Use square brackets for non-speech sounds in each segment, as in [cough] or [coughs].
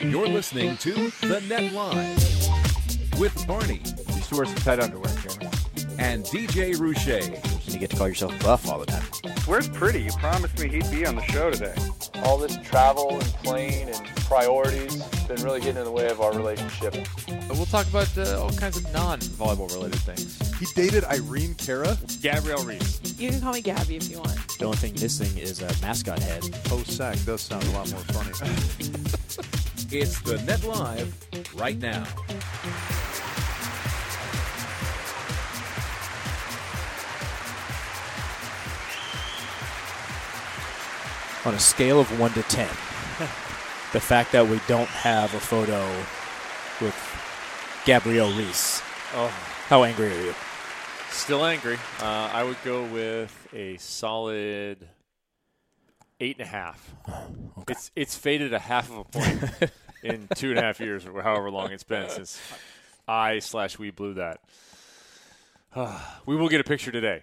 You're listening to The Net Live with Barney You used to wear some tight underwear, Jeremy. and DJ Ruche. You get to call yourself buff all the time. Where's Pretty? You promised me he'd be on the show today. all this travel and plane and priorities been really getting in the way of our relationship. We'll talk about uh, all kinds of non-volleyball related things. He dated Irene Cara. Gabrielle Reese. You can call me Gabby if you want. The only thing missing is a mascot head. Oh, sack does sound a lot more funny. It's The Net Live right now. On a scale of 1 to 10, the fact that we don't have a photo with Gabrielle Reese, Oh, how angry are you? still angry. Uh, I would go with a solid eight and a half. It's it's faded a half of a point in two and a half years, or however long it's been since I slash we blew that. [sighs] we will get a picture today.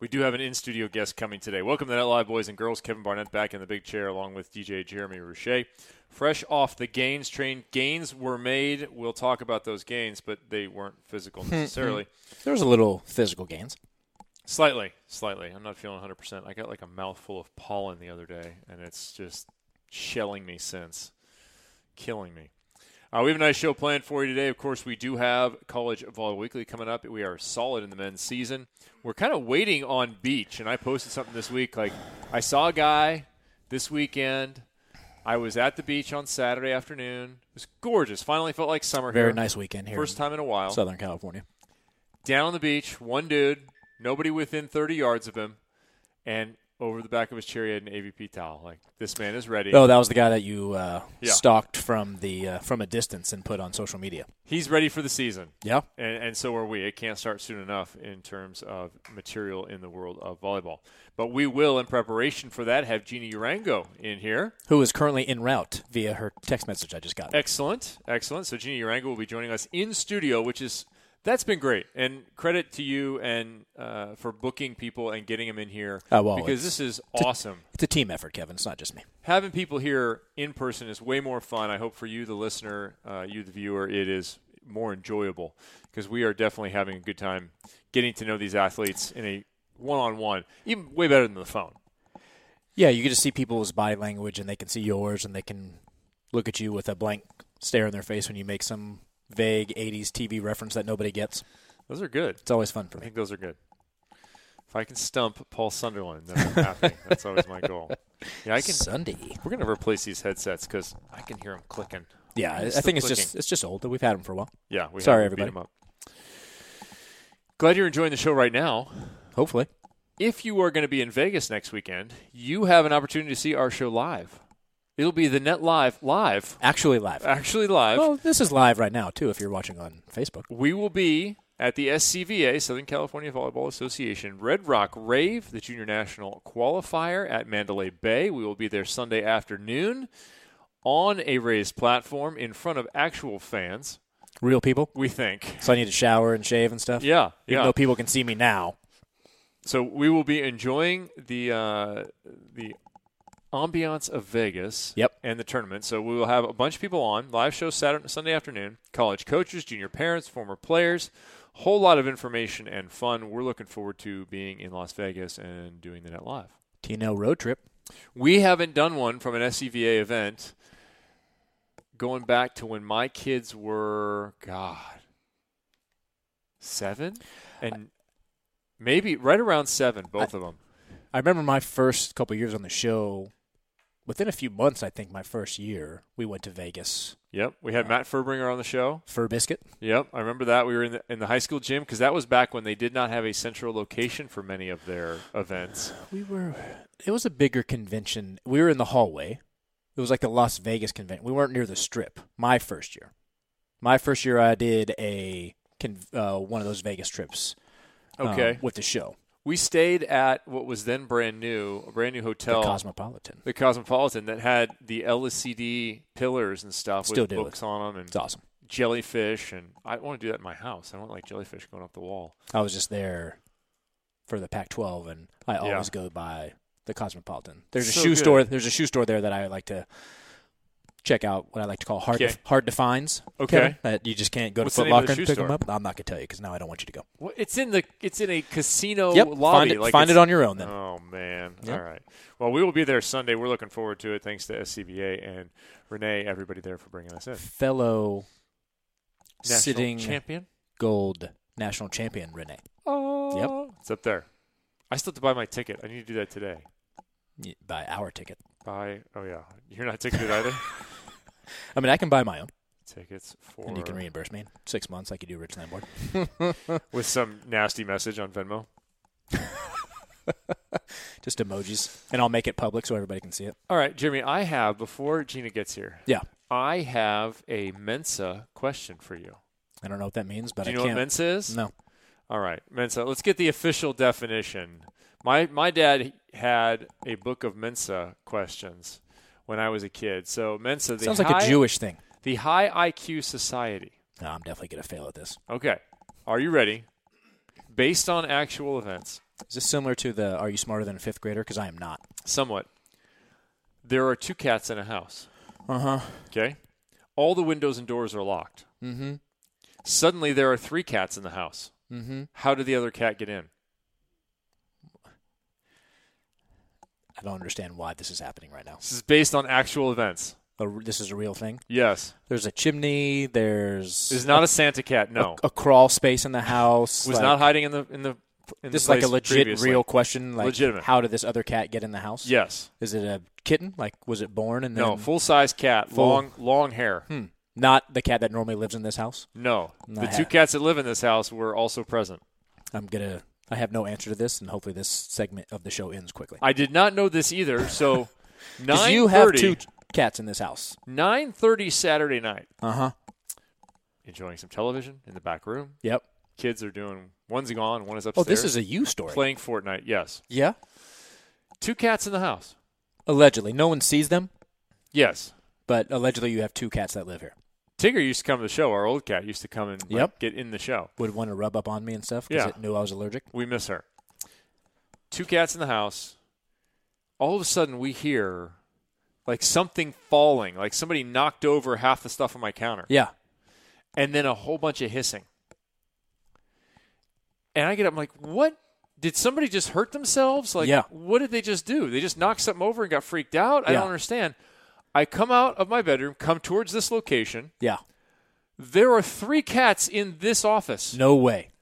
We do have an in studio guest coming today. Welcome to Net Live, boys and girls. Kevin Barnett back in the big chair along with DJ Jeremy Ruchet. Fresh off the gains train, gains were made. We'll talk about those gains, but they weren't physical necessarily. There was a little physical gains. Slightly, slightly. I'm not feeling 100%. I got like a mouthful of pollen the other day, and it's just shelling me since. Killing me. Uh, we have a nice show planned for you today. Of course, we do have College Volleyball Weekly coming up. We are solid in the men's season. We're kind of waiting on beach, and I posted something this week. Like, I saw a guy this weekend. I was at the beach on Saturday afternoon. It was gorgeous. Finally felt like summer Very here. nice weekend here. First in time in a while Southern California. down on the beach, one dude, nobody within 30 yards of him, and over the back of his chair he had an AVP towel. Like this man is ready. Oh, that was the guy that you uh, Yeah. stalked from the uh, from a distance and put on social media. He's ready for the season, Yeah. and and so are we. It can't start soon enough in terms of material in the world of volleyball. But we will, in preparation for that, have Jeannie Urango in here. Who is currently en route via her text message I just got. Excellent, excellent. So Jeannie Urango will be joining us in studio, which is that's been great. And credit to you and uh, for booking people and getting them in here Oh, well, because it's- this is awesome. It's a team effort, Kevin. It's not just me. having people here in person is way more fun. I hope for you, the listener, uh, you, the viewer, it is more enjoyable because we are definitely having a good time getting to know these athletes in a one-on-one, even way better than the phone. Yeah, you get to see people's body language, and they can see yours, and they can look at you with a blank stare in their face when you make some vague '80s TV reference that nobody gets. Those are good. It's always fun for I me. think those are good. If I can stump Paul Sunderland, then [laughs] I'm happy. That's always my goal. Yeah, I can. Sunday. We're gonna replace these headsets because I can hear them clicking. Yeah, I, I Still think it's clicking. just it's just old. We've had them for a while. Yeah, we Sorry, have to beat everybody. 'em up. Glad you're enjoying the show right now. Hopefully, if you are going to be in Vegas next weekend, you have an opportunity to see our show live. It'll be the net live, live, actually live. actually live. well, this is live right now too. If you're watching on Facebook, We will be at the SCVA, Southern California Volleyball Association, Red Rock Rave, the junior national qualifier at Mandalay Bay. We will be there Sunday afternoon on a raised platform in front of actual fans, real people. we think. So I need to shower and shave and stuff. Yeah, Even yeah. though people can see me now. So we will be enjoying the uh, the ambiance of Vegas. Yep. And the tournament. So we will have a bunch of people on live show Saturday Sunday afternoon. College coaches, junior parents, former players, whole lot of information and fun. We're looking forward to being in Las Vegas and doing the net live. Tino road trip. We haven't done one from an SCVA event going back to when my kids were God seven and maybe right around seven, both of them. I remember my first couple years on the show. Within a few months, I think my first year, we went to Vegas Yep, we had Matt Furbringer on the show. for biscuit. Yep, I remember that. We were in the, in the high school gym because that was back when they did not have a central location for many of their events. We were. It was a bigger convention. We were in the hallway. It was like the Las Vegas convention. We weren't near the Strip. My first year. My first year, I did a con- uh, one of those Vegas trips. um, Okay, with the show, we stayed at what was then brand new, a brand new hotel, the Cosmopolitan. the Cosmopolitan, that had the LCD pillars and stuff Still with do it. books on them and It's awesome. jellyfish. And I want to do that in my house. I want like jellyfish going up the wall. I was just there for the Pac-12, and I Yeah. always go by the Cosmopolitan. There's a So shoe good. store. There's a shoe store there that I like to check out. What I like to call hard Okay. to, hard to finds. Okay. Kevin, that you just can't go What's to Foot the name of Locker the and shoe pick them store? up. I'm not gonna tell you because now I don't want you to go. Well, it's in the it's in a casino yep, lobby. find it, like find it it's- on your own then. Oh man! Yeah. All right. Well, we will be there Sunday. We're looking forward to it. Thanks to SCBA and Renee, everybody there for bringing us in. Fellow National sitting champion. gold national champion Renee. Oh, yep. It's up there. I still have to buy my ticket. I need to do that today. You Buy our ticket. Buy. Oh yeah, you're [laughs] not ticketed either. I mean, I can buy my own, Tickets for and you can reimburse me in six months, like you do Rich Landboard. with some nasty message on Venmo. Just emojis, and I'll make it public so everybody can see it. All right, Jeremy. I have before Gina gets here. Yeah, I have a Mensa question for you. I don't know what that means, but Do you I know what can't. Mensa is? No, All right, Mensa. Let's get the official definition. My my dad had a book of Mensa questions when I was a kid. So Mensa, the sounds high, like a Jewish thing. the high IQ society. No, I'm definitely gonna fail at this. Okay, are you ready? Based on actual events, Is this similar to the "Are you smarter than a fifth grader"? Because I am not. somewhat. There are two cats in a house. Uh huh. Okay. All the windows and doors are locked. Mm-hmm. Suddenly, there are three cats in the house. Mm-hmm. How did the other cat get in? I don't understand why this is happening right now. This is based on actual events. A- this is a real thing. Yes. There's a chimney. There's It's not a Santa cat. No, a crawl space in the house. was like- not hiding in the in the. In This is the like place a legit, previously. real question. Like, Legitimate. How did this other cat get in the house? Yes. Is it a kitten? Like, was it born and then No. Full size cat. Full- Hmm. Long long hair. not the cat that normally lives in this house? No. No, the I two haven't. cats that live in this house were also present. I'm gonna. I have no answer to this, and hopefully, this segment of the show ends quickly. I did not know this [laughs] either. So. 'Cause you have 9:30 two cats in this house. Nine thirty Saturday night. Uh huh. Enjoying some television in the back room. Yep. Kids are doing one's gone, one is Oh, upstairs. this is a you story. playing Fortnite. Yes, Yeah. two cats in the house. Allegedly, no one sees them, Yes, but allegedly, you have two cats that live here. Tigger used to come to the show. Our old cat used to come and like, Yep. get in the show. Would want to rub up on me and stuff because Yeah. it knew I was allergic. We miss her. Two cats in the house. All of a sudden, we hear like something falling, like somebody knocked over half the stuff on my counter. Yeah. and then a whole bunch of hissing. And I get up, I'm like, what? Did somebody just hurt themselves? Like, Yeah. what did they just do? They just knocked something over and got freaked out? I Yeah. don't understand. I come out of my bedroom, come towards this location. Yeah. There are three cats in this office. No way.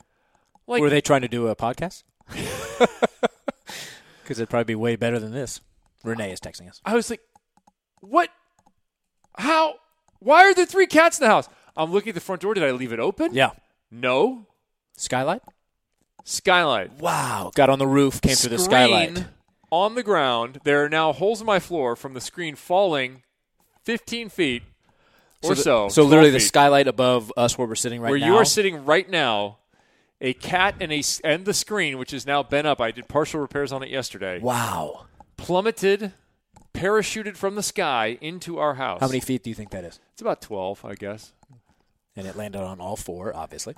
Like, Were they trying to do a podcast? [laughs] Because it'd probably be way better than this. Renee is texting us. I was like, what? How? Why are there three cats in the house? I'm looking at the front door. Did I leave it open? Yeah. No. Skylight? Skylight. Wow. Got on the roof, came through the skylight. screen on the ground. There are now holes in my floor from the screen falling 15 feet or the- so. So literally 12 the feet, skylight above us where we're sitting right where now. you are sitting right now. A cat and a s- and the screen, which is now bent up. I did partial repairs on it yesterday. Wow. Plummeted, parachuted from the sky into our house. How many feet do you think that is? It's about 12, I guess. And it landed on all four, obviously.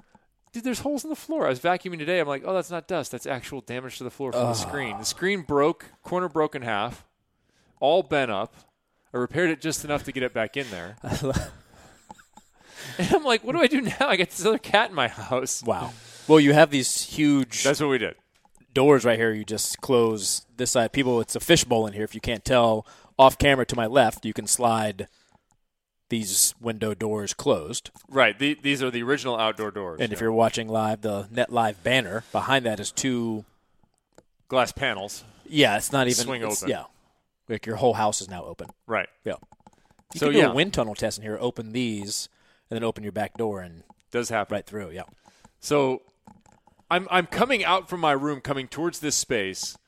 Dude, there's holes in the floor. I was vacuuming today. I'm like, oh, that's not dust. That's actual damage to the floor from the screen. The screen broke, corner broke in half, all bent up. I repaired it just enough to get it back in [laughs] there. [laughs] and I'm like, what do I do now? I got this other cat in my house. Wow. Well, you have these huge That's what we did. doors right here. You just close this side. People, it's a fishbowl in here. If you can't tell, off camera to my left, you can slide these window doors closed. Right. The, these are the original outdoor doors. And if you're watching live, the Net Live banner behind that is two. glass panels. Yeah, it's not even Swing it's- open. Yeah, like your whole house is now open. Right. Yeah, you So, can do yeah. a wind tunnel test in here. Open these, and then open your back door and Does happen. right through. Yeah, So I'm I'm coming out from my room, coming towards this space,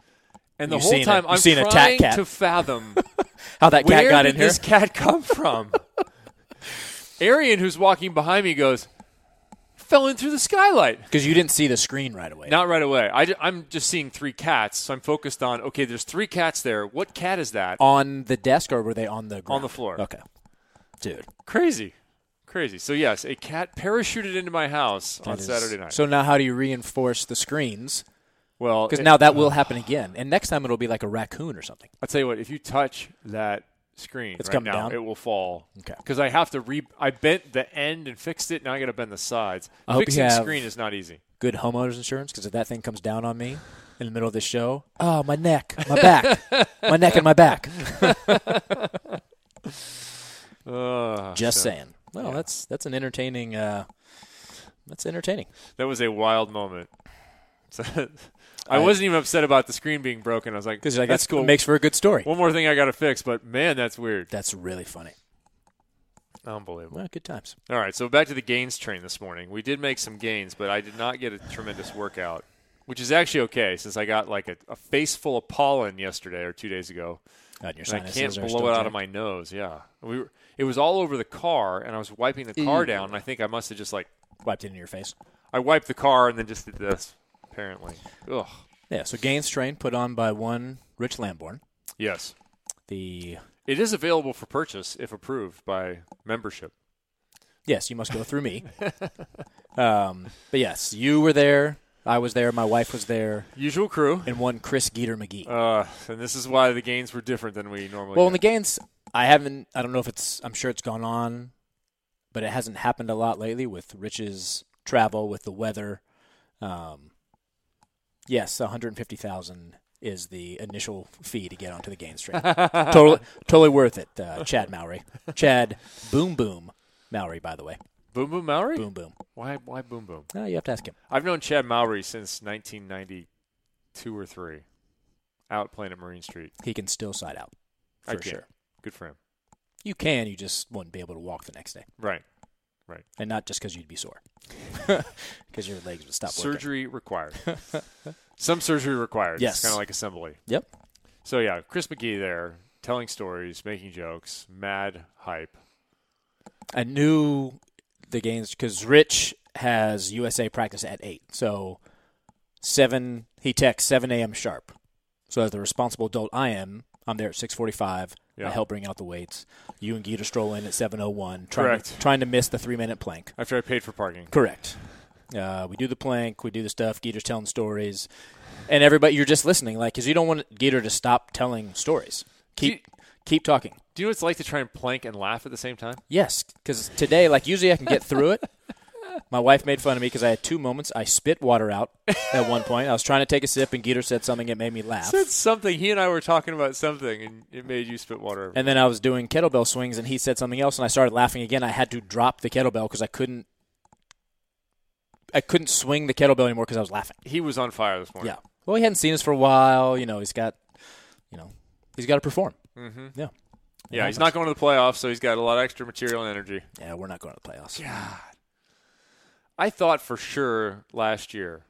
and the You've whole seen time it. I'm You've seen a tat trying cat. [laughs] to fathom how that where cat got did in here? this cat come from? [laughs] Arian, who's walking behind me, goes, fell in through the skylight. Because you didn't see the screen right away. Not right away. I, am just seeing three cats, so I'm focused on, okay, there's three cats there. What cat is that? on the desk, or were they on the ground? the floor. Okay, dude. Crazy. Crazy. So, yes, a cat parachuted into my house on That is- Saturday night. So now, how do you reinforce the screens Well, Because it- now that will happen again, and next time it'll be like a raccoon or something. I'll tell you what. If you touch that screen It's right come now, down? it will fall. Okay. Because I have to re. I bent the end and fixed it. Now I got to bend the sides. I hope you Fixing have- screen is not easy. Good homeowners insurance, because if that thing comes down on me in the middle of the show, oh my neck, my back, my neck and my back. [laughs] Uh, Just so saying. Well, that's that's an entertaining. Uh, that's entertaining. That was a wild moment. [laughs] So, I, wasn't even upset about the screen being broken. I was like, Because like, that's that's cool. Makes for a good story. One more thing I got to fix, but man, that's weird. That's really funny. Unbelievable. Well, good times. All right, so back to the gains train this morning. We did make some gains, but I did not get a tremendous workout, which is actually okay since I got like a, a face full of pollen yesterday or two days ago. God, your And I sinuses can't are blow still it out of jacked. my nose. Yeah, we were, it was all over the car, and I was wiping the car down, and I think I must have just like Wiped it in your face. I wiped the car and then just did this. Apparently, ugh. Yeah. So Gaines Train put on by one Rich Lamborn. Yes, The it is available for purchase if approved by [laughs] membership. yes, you must go through me. um, but yes, you were there. I was there. My wife was there, Usual crew. and one Chris Geeter McGee. Uh, and this is why the gains were different than we normally. Well, in get. the gains, I haven't. I don't know if it's. I'm sure it's gone on, but it hasn't happened a lot lately with Rich's travel, with the weather. Um, yes, 150,000 is the initial fee to get onto the gains [laughs] train. totally, totally worth it. Uh, Chad Mowry, Chad Boom Boom Mowry, by the way, boom boom Maori. Boom Boom. Why why boom boom? Oh, you have to ask him. I've known Chad Mowry since 1992 or three, out playing at Marine Street. He can still side out for I get it. sure. Good for him. You can. You just wouldn't be able to walk the next day, Right. and not just because you'd be sore, [laughs] because your legs would stop working. surgery required. [laughs] Some surgery required. Yes. It's kind of like assembly. Yep. So yeah, Chris McGee there, telling stories, making jokes, mad hype. I knew the games because Rich has USA practice at eight, so seven. He texts seven a.m. sharp. So as the responsible adult I am, I'm there at six forty-five. Yeah. I help bring out the weights. You and Gita stroll in at seven o one, trying to, Correct. trying to miss the three-minute plank. After I paid for parking. Correct. Uh, we do the plank. We do the stuff. Geeter's telling stories, and everybody, you're just listening, like, because you don't want Geeter to stop telling stories. Keep keep talking. Do you know what it's like to try and plank and laugh at the same time? Yes, because today, like usually, I can get through it. [laughs] My wife made fun of me because I had two moments. I spit water out at one point. I was trying to take a sip, and Geeter said something that made me laugh. Said something. He and I were talking about something, and it made you spit water. And then I was doing kettlebell swings, and he said something else, and I started laughing again. I had to drop the kettlebell because I couldn't. I couldn't swing the kettlebell anymore because I was laughing. he was on fire this morning. Yeah. Well, he hadn't seen us for a while. You know, he's got, you know, he's got to perform. Mm-hmm. Yeah. Yeah. He's not going to the playoffs, so he's got a lot of extra material and energy. Yeah, we're not going to the playoffs. I thought for sure last year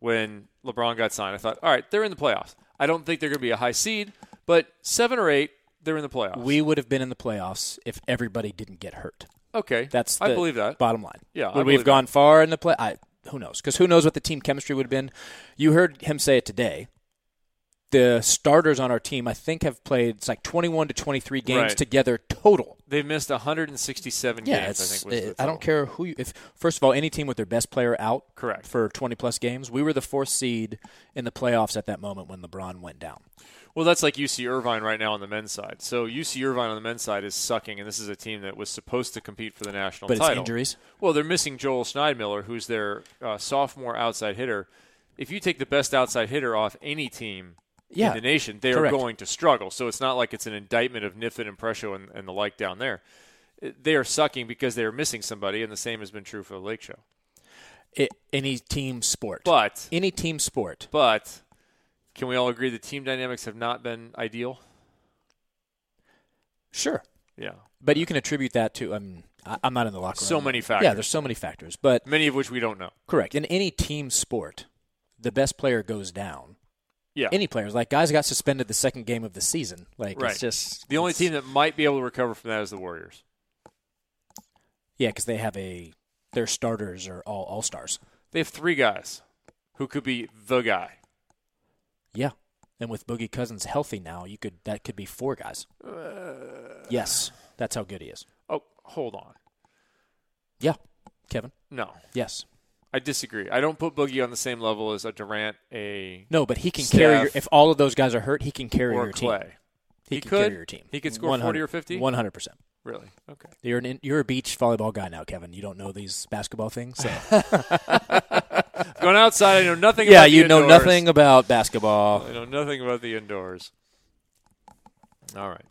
when LeBron got signed, I thought, all right, they're in the playoffs. I don't think they're going to be a high seed, but seven or eight, they're in the playoffs. We would have been in the playoffs if everybody didn't get hurt. okay, That's the I believe that. Bottom line. Yeah, I Would we believe have gone far in the play? I, who knows? Because who knows what the team chemistry would have been? You heard him say it today. The starters on our team, I think, have played it's like 21 to 23 games Right. together total. They've missed 167 Yeah, games. I it's, think was the it- I don't total. care who you. If first of all, any team with their best player out, Correct. for 20 plus games, we were the fourth seed in the playoffs at that moment when LeBron went down. Well, that's like UC Irvine right now on the men's side. So UC Irvine on the men's side is sucking, and this is a team that was supposed to compete for the national But it's title. injuries. Well, they're missing Joel Schneidmiller, who's their uh, sophomore outside hitter. If you take the best outside hitter off any team Yeah, in the nation, they correct. are going to struggle. So it's not like it's an indictment of Nifit and Prescio and, and the like down there. Uh, They are sucking because they are missing somebody, and the same has been true for the Lake Show. I- any team sport, But any team sport. but can we all agree the team dynamics have not been ideal? Sure, Yeah, but you can attribute that to. I mean, I, I'm not in the locker room. So many Yeah, factors. there's so many factors, but many of which we don't know. Correct. In any team sport, the best player goes down. Yeah, Any players, like guys got suspended the second game of the season. Like Right. it's just the only it's- team that might be able to recover from that is the Warriors. Yeah, because they have a their starters are all all stars. They have three guys who could be the guy. Yeah, and with Boogie Cousins healthy now, you could that could be four guys. Uh. yes, that's how good he is. Oh, hold on. Yeah, Kevin. No, Yes, I disagree. I don't put Boogie on the same level as a Durant, a No, but he can Steph. carry. Your, if all of those guys are hurt, he can carry or your Clay. team. He, He can could. carry your team. He could score 40 or 50? One hundred percent. Really? Okay. You're an in, you're a beach volleyball guy now, Kevin. You don't know these basketball [laughs] things. So. Going outside, I know nothing. yeah, about the you know indoors. nothing about basketball. I know nothing about the indoors. All right.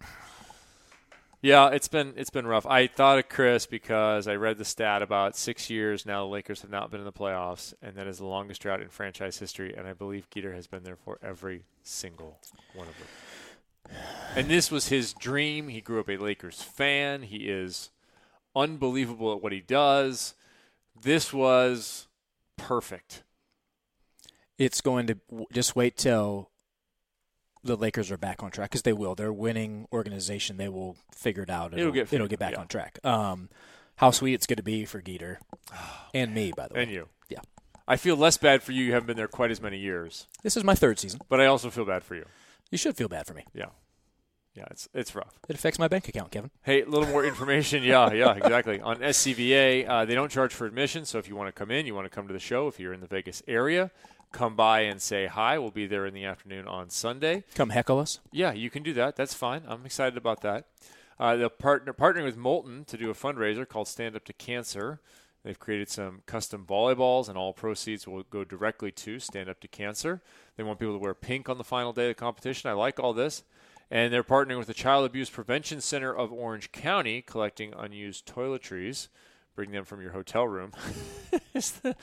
Yeah, it's been it's been rough. I thought of Chris because I read the stat about six years now the Lakers have not been in the playoffs, and that is the longest drought in franchise history. And I believe Geeter has been there for every single one of them. And this was his dream. He grew up a Lakers fan. He is unbelievable at what he does. This was perfect. it's going to just wait till the Lakers are back on track because they will. They're a winning organization. They will figure it out. It'll get it'll figured get out, back yeah. on track. Um, how sweet it's going to be for [sighs] Geeter and me, by the way. And you. Yeah. I feel less bad for you. You haven't been there quite as many years, This is my third season. but I also feel bad for you. You should feel bad for me. Yeah. Yeah, it's it's rough. It affects my bank account, Kevin. Hey, a little more information. [laughs] Yeah, yeah, exactly. On SCVA, uh, they don't charge for admission, so if you want to come in, you want to come to the show, if you're in the Vegas area, come by and say hi. We'll be there in the afternoon on Sunday. Come heckle us. Yeah, you can do that. That's fine. I'm excited about that. Uh, they're partner, partnering with Molten to do a fundraiser called Stand Up to Cancer. They've created some custom volleyballs, and all proceeds will go directly to Stand Up to Cancer. They want people to wear pink on the final day of the competition. I like all this. And they're partnering with the Child Abuse Prevention Center of Orange County, collecting unused toiletries. Bring them from your hotel room [laughs] is the,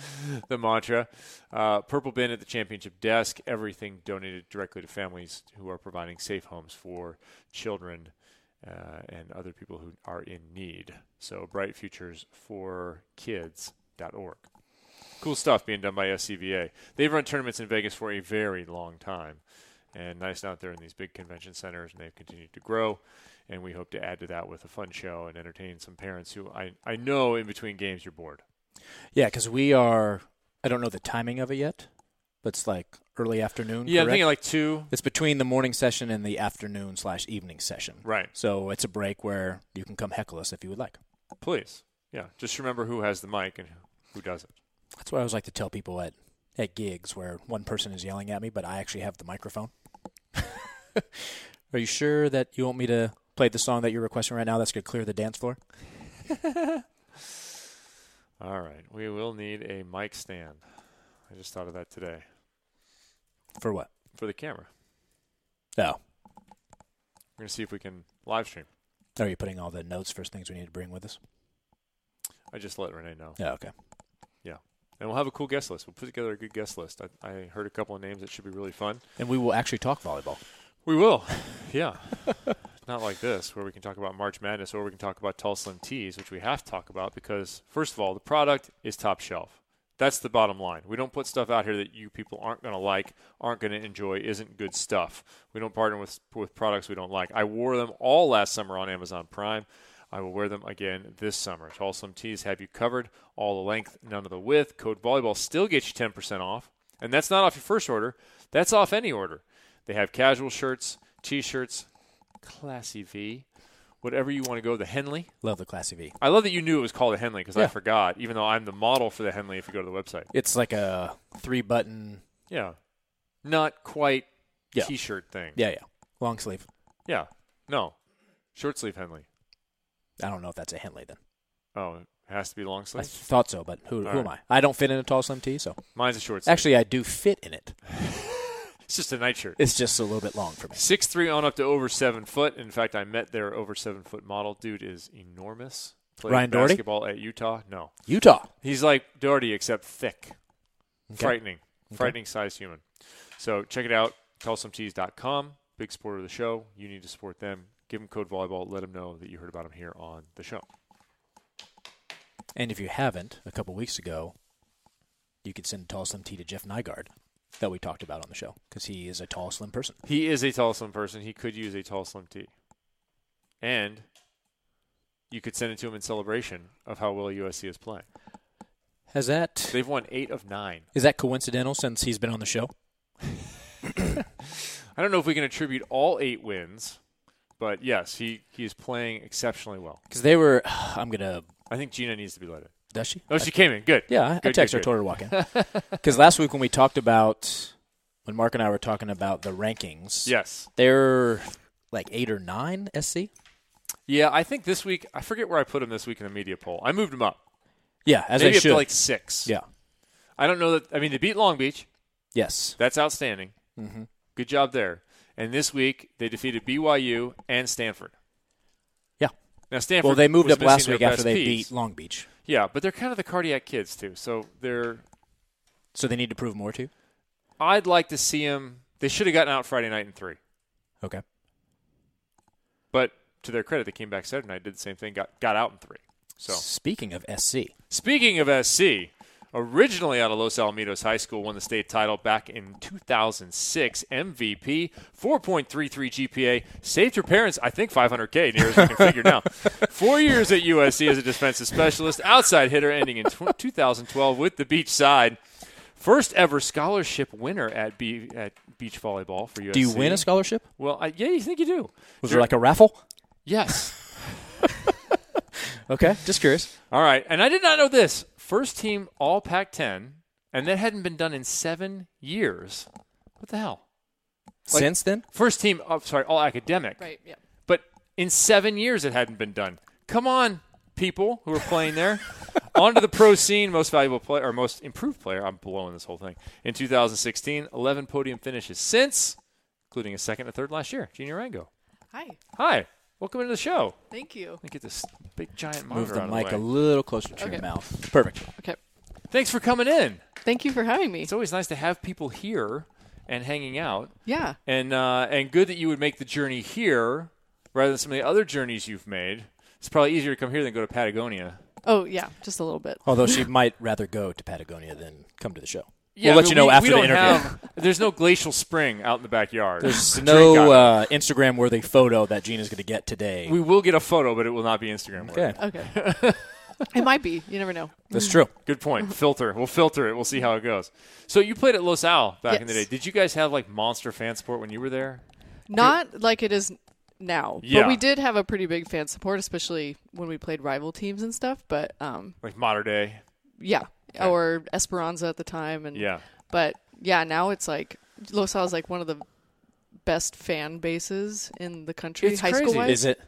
the mantra. Uh, purple bin at the championship desk. Everything donated directly to families who are providing safe homes for children uh, and other people who are in need. So bright futures for kids.org. Cool stuff being done by SCVA. They've run tournaments in Vegas for a very long time. And nice out there in these big convention centers, and they've continued to grow. And we hope to add to that with a fun show and entertain some parents who I, I know in between games you're bored. Yeah, because we are. I don't know the timing of it yet, but it's like early afternoon. Yeah, I'm correct? thinking like two. It's between the morning session and the afternoon slash evening session. Right. So it's a break where you can come heckle us if you would like. Please. Yeah. Just remember who has the mic and who doesn't. That's what I always like to tell people at, at gigs where one person is yelling at me, but I actually have the microphone. [laughs] Are you sure that you want me to play the song that you're requesting right now that's going to clear the dance floor? All right. We will need a mic stand. I just thought of that today For what? for the camera. Oh. We're going to see if we can live stream. Are you putting all the notes first things we need to bring with us? I just let Renee know. Oh, okay. And we'll have a cool guest list. We'll put together a good guest list. I, I heard a couple of names that should be really fun. And we will actually talk volleyball. We will. [laughs] Yeah. Not like this, where we can talk about March Madness or we can talk about Tall Slim Tees, which we have to talk about because, first of all, the product is top shelf. That's the bottom line. We don't put stuff out here that you people aren't going to like, aren't going to enjoy, isn't good stuff. We don't partner with, with products we don't like. I wore them all last summer on Amazon Prime. I will wear them again this summer. Tall Slim Tees have you covered. All the length, none of the width. Code Volleyball still gets you 10% off. And that's not off your first order, that's off any order. They have casual shirts, t shirts, classy V, whatever you want to go, the Henley. Love the Classy V. I love that you knew it was called a Henley because I Yeah. forgot, even though I'm the model for the Henley if you go to the website. It's like a three button. Yeah. Not quite Yeah. t shirt thing. Yeah, yeah. Long sleeve. Yeah. No. Short sleeve Henley. I don't know if that's a Henley then. Oh, it has to be long I sleeve? thought so, but who, who All am I? right. I don't fit in a tall slim tee, so Mine's a short sleeve. actually I do fit in it. it's just a nightshirt. It's just a little bit long for me. Six three on up to over seven foot. In fact, I met their over seven foot model. Dude is enormous. Played Ryan Doherty? basketball at Utah. No, Utah. He's like Doherty, except thick. Okay. Frightening. Frightening sized human. So check it out. TellSomeTees.com. Big supporter of the show. You need to support them. Give them code volleyball. Let them know that you heard about them here on the show. And if you haven't, a couple weeks ago, you could send a tall slim tee to Jeff Nygard that we talked about on the show because he is a tall slim person. He is a tall, slim person. He could use a tall, slim tee. And you could send it to him in celebration of how well USC is playing. Has that They've won eight of nine. is that coincidental since he's been on the show? I don't know if we can attribute all eight wins, but yes, he, he is playing exceptionally well. Because they were. [sighs] I'm gonna. I think Gina needs to be let in. Does she? Oh, she came in. Good. Yeah, I, I Good, text her, good, told her to walk in. [laughs] Because last week when we talked about, when Mark and I were talking about the rankings, good. Yes. they're like eight or nine SC. Yeah, I think this week I forget where I put him this week in the media poll. I moved him up. Yeah, as Maybe they up should. to like six. yeah. I don't know that. I mean, they beat Long Beach. Yes. That's outstanding. Mm-hmm. Good job there. And this week they defeated BYU and Stanford. Yeah. Now Stanford. Well, they moved was up last missing week their after best they piece. beat Long Beach, Yeah, but they're kind of the cardiac kids too. So they're. so they need to prove more too. I'd like to see them. They should have gotten out Friday night in three, Okay. but to their credit, they came back Saturday night, did the same thing, got got out in three. So Speaking of SC, Speaking of SC, originally out of Los Alamitos High School, won the state title back in 2006. MVP, 4.33 GPA, saved her parents, I think, 500K, near as we can [laughs] figure now. Four years at USC as a defensive specialist, outside hitter, ending in tw 2012 with the beach side. First ever scholarship winner at, B- at beach volleyball for USC. do you win a scholarship? Well, I, yeah, you think you do. Was there like a raffle? Yes. Okay, just curious. All right. And I did not know this. First team all Pac 10, and that hadn't been done in seven years. What the hell? Since then, First team, oh, sorry, all academic. Right. Yeah. But in seven years, it hadn't been done. Come on, people who are playing there. on to the pro scene, most valuable player, or most improved player. I'm blowing this whole thing. In 2016, 11 podium finishes since, including a second and third last year. Junior Rango. Hi. Hi. Welcome into the show. Thank you. Let me get this big giant monitor move the out mic of a the way. little closer to your Okay. mouth. Perfect. Okay. Thanks for coming in. Thank you for having me. it's always nice to have people here and hanging out yeah. and uh, and good that you would make the journey here rather than some of the other journeys you've made it's probably easier to come here than go to patagonia Oh, yeah. Just a little bit. Although she might rather go to Patagonia than come to the show. yeah, we'll let but you know we- after we the don't interview. have- there's no glacial spring out in the backyard. There's [laughs] to drink out no of. uh, Instagram worthy photo that Gina's going to get today. we will get a photo, but it will not be Instagram. worthy. okay, [laughs] Okay. it might be. You never know. that's true. Good point. Filter. We'll filter it. We'll see how it goes. So you played at Los Al back in the day. Yes. Did you guys have like monster fan support when you were there? Not like it is now. Yeah. But we did have a pretty big fan support, especially when we played rival teams and stuff. But um, Like modern day. yeah. Or Esperanza at the time. And Yeah. But yeah, now it's like Los Al is like one of the best fan bases in the country, It's high crazy. school wise. Is it?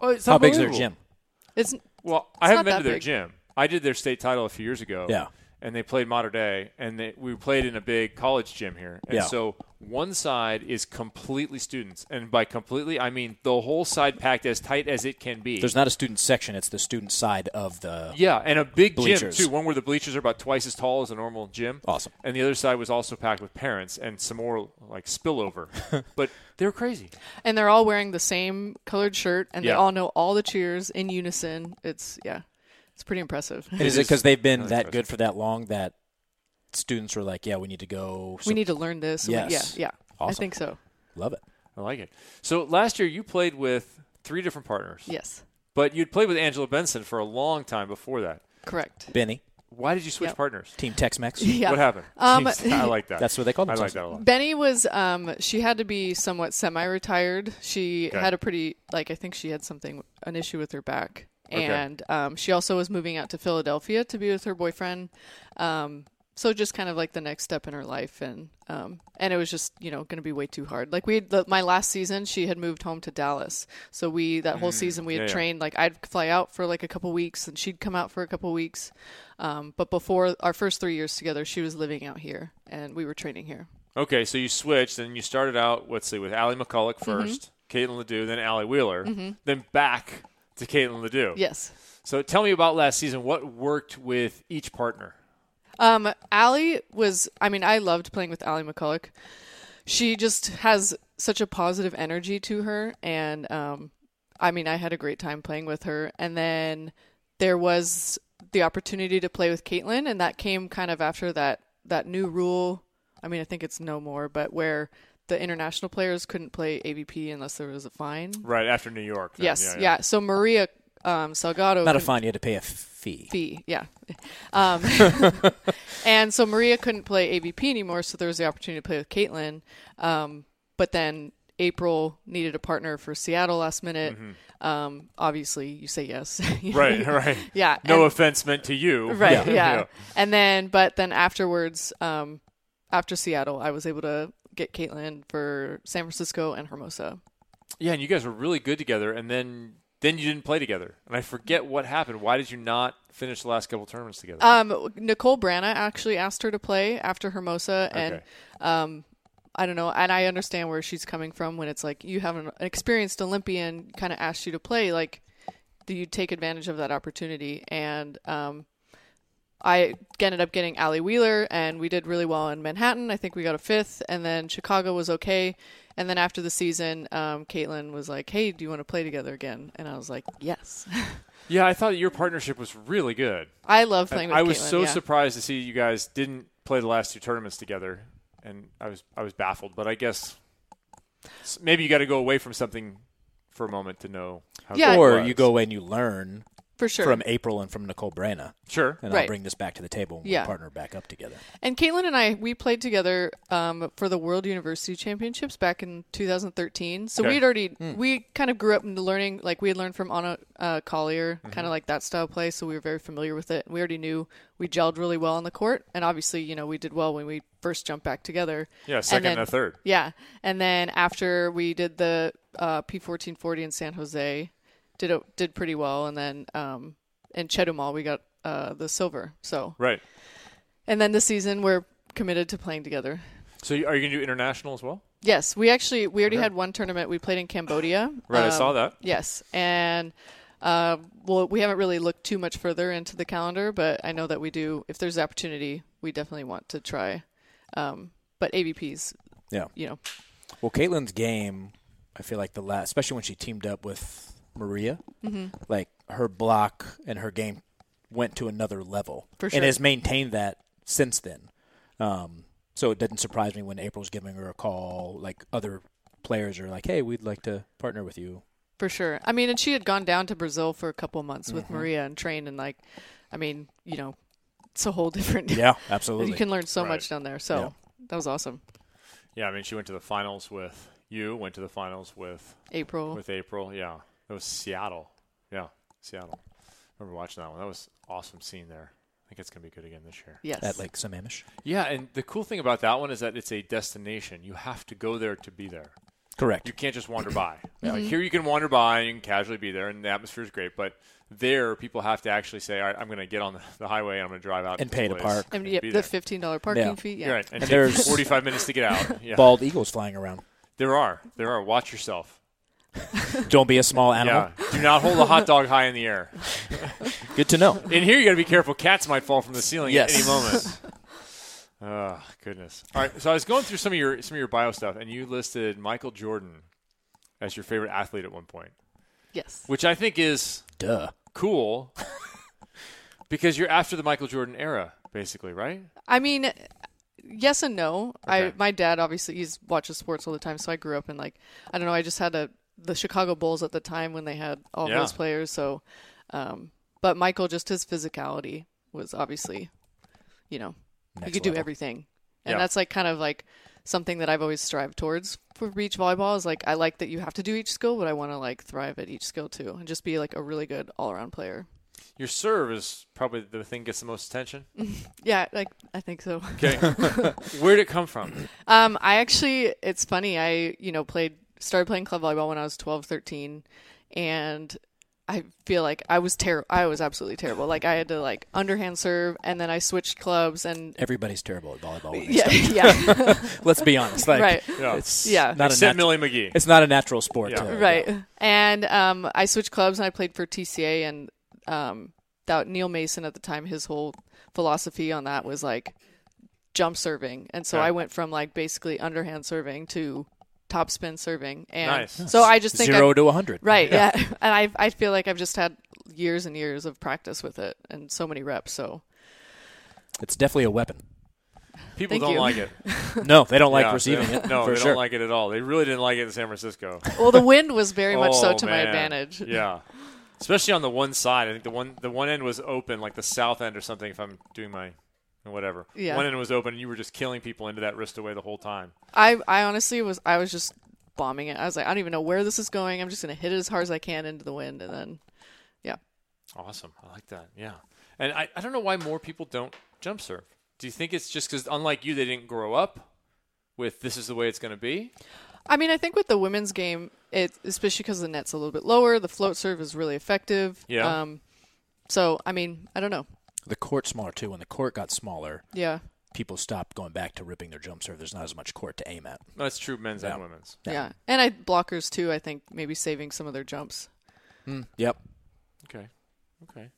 Oh, it's How big is their unbelievable. gym? It's Well, I It's haven't not been to that their big. gym. I did their state title a few years ago. Yeah. And they played modern day, and they, we played in a big college gym here. And Yeah. so one side is completely students, and by completely, I mean the whole side packed as tight as it can be. There's not a student section. It's the student side of the. yeah, and a big Bleachers. gym too. One where the bleachers are about twice as tall as a normal gym. Awesome. And the other side was also packed with parents and some more like spillover. [laughs] but they were crazy. and they're all wearing the same colored shirt and Yeah. they all know all the cheers in unison it's yeah it's pretty impressive [laughs] And is it because they've been that good for that long that students were like, yeah, we need to go. we need to learn this We- Yes. yeah yeah i Awesome. think so love it. I like it. So last year you played with three different partners. yes But you'd played with Angela Benson for a long time before that. correct [laughs] Benny, Why did you switch Yep. partners? Team Tex Mex. yeah What happened? [laughs] Um, Jeez, I like [laughs] that. That's what they call I like themselves. that a lot. Benny was um she had to be somewhat semi-retired. She had a pretty like I think she had something an issue with her back. Okay. And um she also was moving out to Philadelphia to be with her boyfriend. Um so just kind of like the next step in her life and um and it was just, you know, going to be way too hard. Like we had, the, my last season she had moved home to Dallas. So we that whole season we had Mm. yeah, yeah. trained like I'd fly out for like a couple weeks and she'd come out for a couple weeks. Um but before our first 3 years together she was living out here and we were training here. Okay, so you switched, and you started out, let's see, with Allie Mm-hmm. McCulloch 1st Caitlin Ledoux, then Allie Wheeler, then back to Caitlin Ledoux. Yes. So tell me about last season. What worked with each partner? Um, Allie was, I mean, I loved playing with Allie McCulloch. She just has such a positive energy to her. And, um, I mean, I had a great time playing with her. And then there was the opportunity to play with Caitlin, and that came kind of after that, that new rule. I mean, I think it's no more, but where the international players couldn't play AVP unless there was a fine. Right after New York. then. Yes. Yeah, So Maria, um, Salgado. Not a couldn't- fine. You had to pay a fee. fee. Yeah. Um, [laughs] and so Maria couldn't play AVP anymore, so there was the opportunity to play with Caitlin. Um, but then April needed a partner for Seattle last minute. Um, obviously, you say yes. [laughs] You know? Mm-hmm. Right, [laughs] right. [laughs] Yeah, No and- offense meant to you. Right. Yeah. And then, but then afterwards, um, after Seattle, I was able to get Caitlin for San Francisco and Hermosa. [laughs] Yeah, and you guys were really good together, and then then you didn't play together. And I forget what happened. Why did you not finish the last couple tournaments together? Um, Nicole Brana actually asked her to play after Hermosa, and Okay. um, I don't know, and I understand where she's coming from when it's like you have an, an experienced Olympian kind of asked you to play, like do you take advantage of that opportunity? And um, I ended up getting Allie Wheeler, and we did really well in Manhattan. I think we got a fifth, and then Chicago was okay. And then after the season, um, Caitlin was like, "Hey, do you want to play together again?" And I was like, "Yes." [laughs] yeah, I thought your partnership was really good. I love And playing. with I was Caitlin, so yeah. surprised to see you guys didn't play the last two tournaments together, and I was I was baffled. But I guess s- maybe you got to go away from something for a moment to know. how Yeah. good it or was. you go away and you learn for sure. from April and from Nicole Brana, sure. and I'll Right. bring this back to the table and we'll Yeah. partner back up together. And Caitlin and I, we played together um, for the World University Championships back in 2013. So Okay. we had already, we kind of grew up into learning, like we had learned from Anna uh, Collier, kind of like that style of play. So we were very familiar with it. We already knew we gelled really well on the court. And obviously, you know, we did well when we first jumped back together. Yeah, second then- and a third. Yeah. And then after we did the uh, P1440 in San Jose, did it, did pretty well. And then um, in Chetumal, we got uh, the silver. So Right. and then this season, we're committed to playing together. So you, are you going to do international as well? Yes, we actually we already had one tournament. We played in Cambodia. Right, I Um, saw that. Yes, and uh, well, we haven't really looked too much further into the calendar, but I know that we do. If there's opportunity, we definitely want to try. Um, but ABPs, Yeah. you know, Well, Caitlin's game, I feel like the last, especially when she teamed up with Maria, mm-hmm, like her block and her game went to another level, For and sure. has maintained that since then. Um, so it doesn't surprise me when April's giving her a call, like other players are like, "Hey, we'd like to partner with you." for sure. I mean, and she had gone down to Brazil for a couple months Mm-hmm. with Maria and trained, and like, I mean, you know, it's a whole [laughs] different. Yeah, absolutely. [laughs] you can learn so Right. much down there. So that was awesome. Yeah, I mean, she went to the finals with you. Went to the finals with April. with April. Yeah, it was Seattle. Yeah, Seattle. remember watching that one. That was awesome scene there. I think it's going to be good again this year. yes. At Lake Sammamish. Yeah, and the cool thing about that one is that it's a destination. You have to go there to be there. Correct. You can't just wander by. [coughs] Like Mm-hmm. here, you can wander by and you can casually be there, and the atmosphere is great. But there, people have to actually say, "All right, I'm going to get on the- the highway and I'm going to drive out And to pay the to place park. And and yeah, be the there." fifteen dollar parking Yeah. fee. Yeah. You're right, and, take there's- 45 minutes to get [laughs] out. Yeah, Bald eagles flying around. there are, there are. Watch yourself. Don't be a small animal. [laughs] Yeah, do not hold a hot dog high in the air. Good to know. In here, you got to be careful. Cats might fall from the ceiling Yes. at any [laughs] moment. oh goodness! All right, so I was going through some of your some of your bio stuff, and you listed Michael Jordan as your favorite athlete at one point, Yes. which I think is Duh. cool [laughs] because you're after the Michael Jordan era, basically, right? I mean, yes and no. I Okay. my dad obviously he's watches sports all the time, so I grew up in like I don't know. I just had a the Chicago Bulls at the time when they had all Yeah. those players. So, um, but Michael just his physicality was obviously, you know, Next he could do level. everything, and Yeah. that's like kind of like something that I've always strived towards for beach volleyball is like I like that you have to do each skill, but I want to like thrive at each skill too, and just be like a really good all around player. Your serve is probably the thing that gets the most attention. Yeah, like I think so. Okay, [laughs] where'd it come from? Um, I actually, it's funny. I, you know, played, started playing club volleyball when I was 12, 13, and I feel like I was terrible. I was absolutely terrible. Like I had to like underhand serve, and then I switched clubs, and Everybody's terrible at volleyball. when they yeah, yeah, start. Let's be honest. Like, right, Yeah. It's Yeah. not a nat- Except Millie McGee. It's not a natural sport. Yeah. to- right. And um, I switched clubs, and I played for TCA, and um, that Neil Mason at the time, his whole philosophy on that was like jump serving, and so Okay. I went from like basically underhand serving to top spin serving, and Nice. so I just think I- Zero to a hundred. Right. Yeah. [laughs] And I I feel like I've just had years and years of practice with it and so many reps. So It's definitely a weapon. [laughs] People Thank don't you. like it. No, they don't like Yeah, receiving they- it. [laughs] No, for they sure. don't like it at all. They really didn't like it in San Francisco. well, the wind was very much so Oh, to my man. advantage. [laughs] Yeah. Especially on the one side. I think the one the one end was open, like the south end or something, if I'm doing my whatever. Yeah. One end was open and you were just killing people into that wrist away the whole time. I I honestly was I was just bombing it. I was like, I don't even know where this is going. I'm just gonna hit it as hard as I can into the wind, and then, yeah, Awesome. I like that. Yeah. And I, I don't know why more people don't jump serve. Do you think it's just because, unlike you, they didn't grow up with this is the way it's going to be? I mean, I think with the women's game, it especially because the net's a little bit lower, the float serve is really effective. Yeah. Um, so I mean, I don't know. The court's smaller too. When the court got smaller, Yeah. people stopped going back to ripping their jump serve. There's not as much court to aim at. No, that's true, men's and women's. Yeah. And I blockers too, I think maybe saving some of their jumps. Yep. Okay. Okay.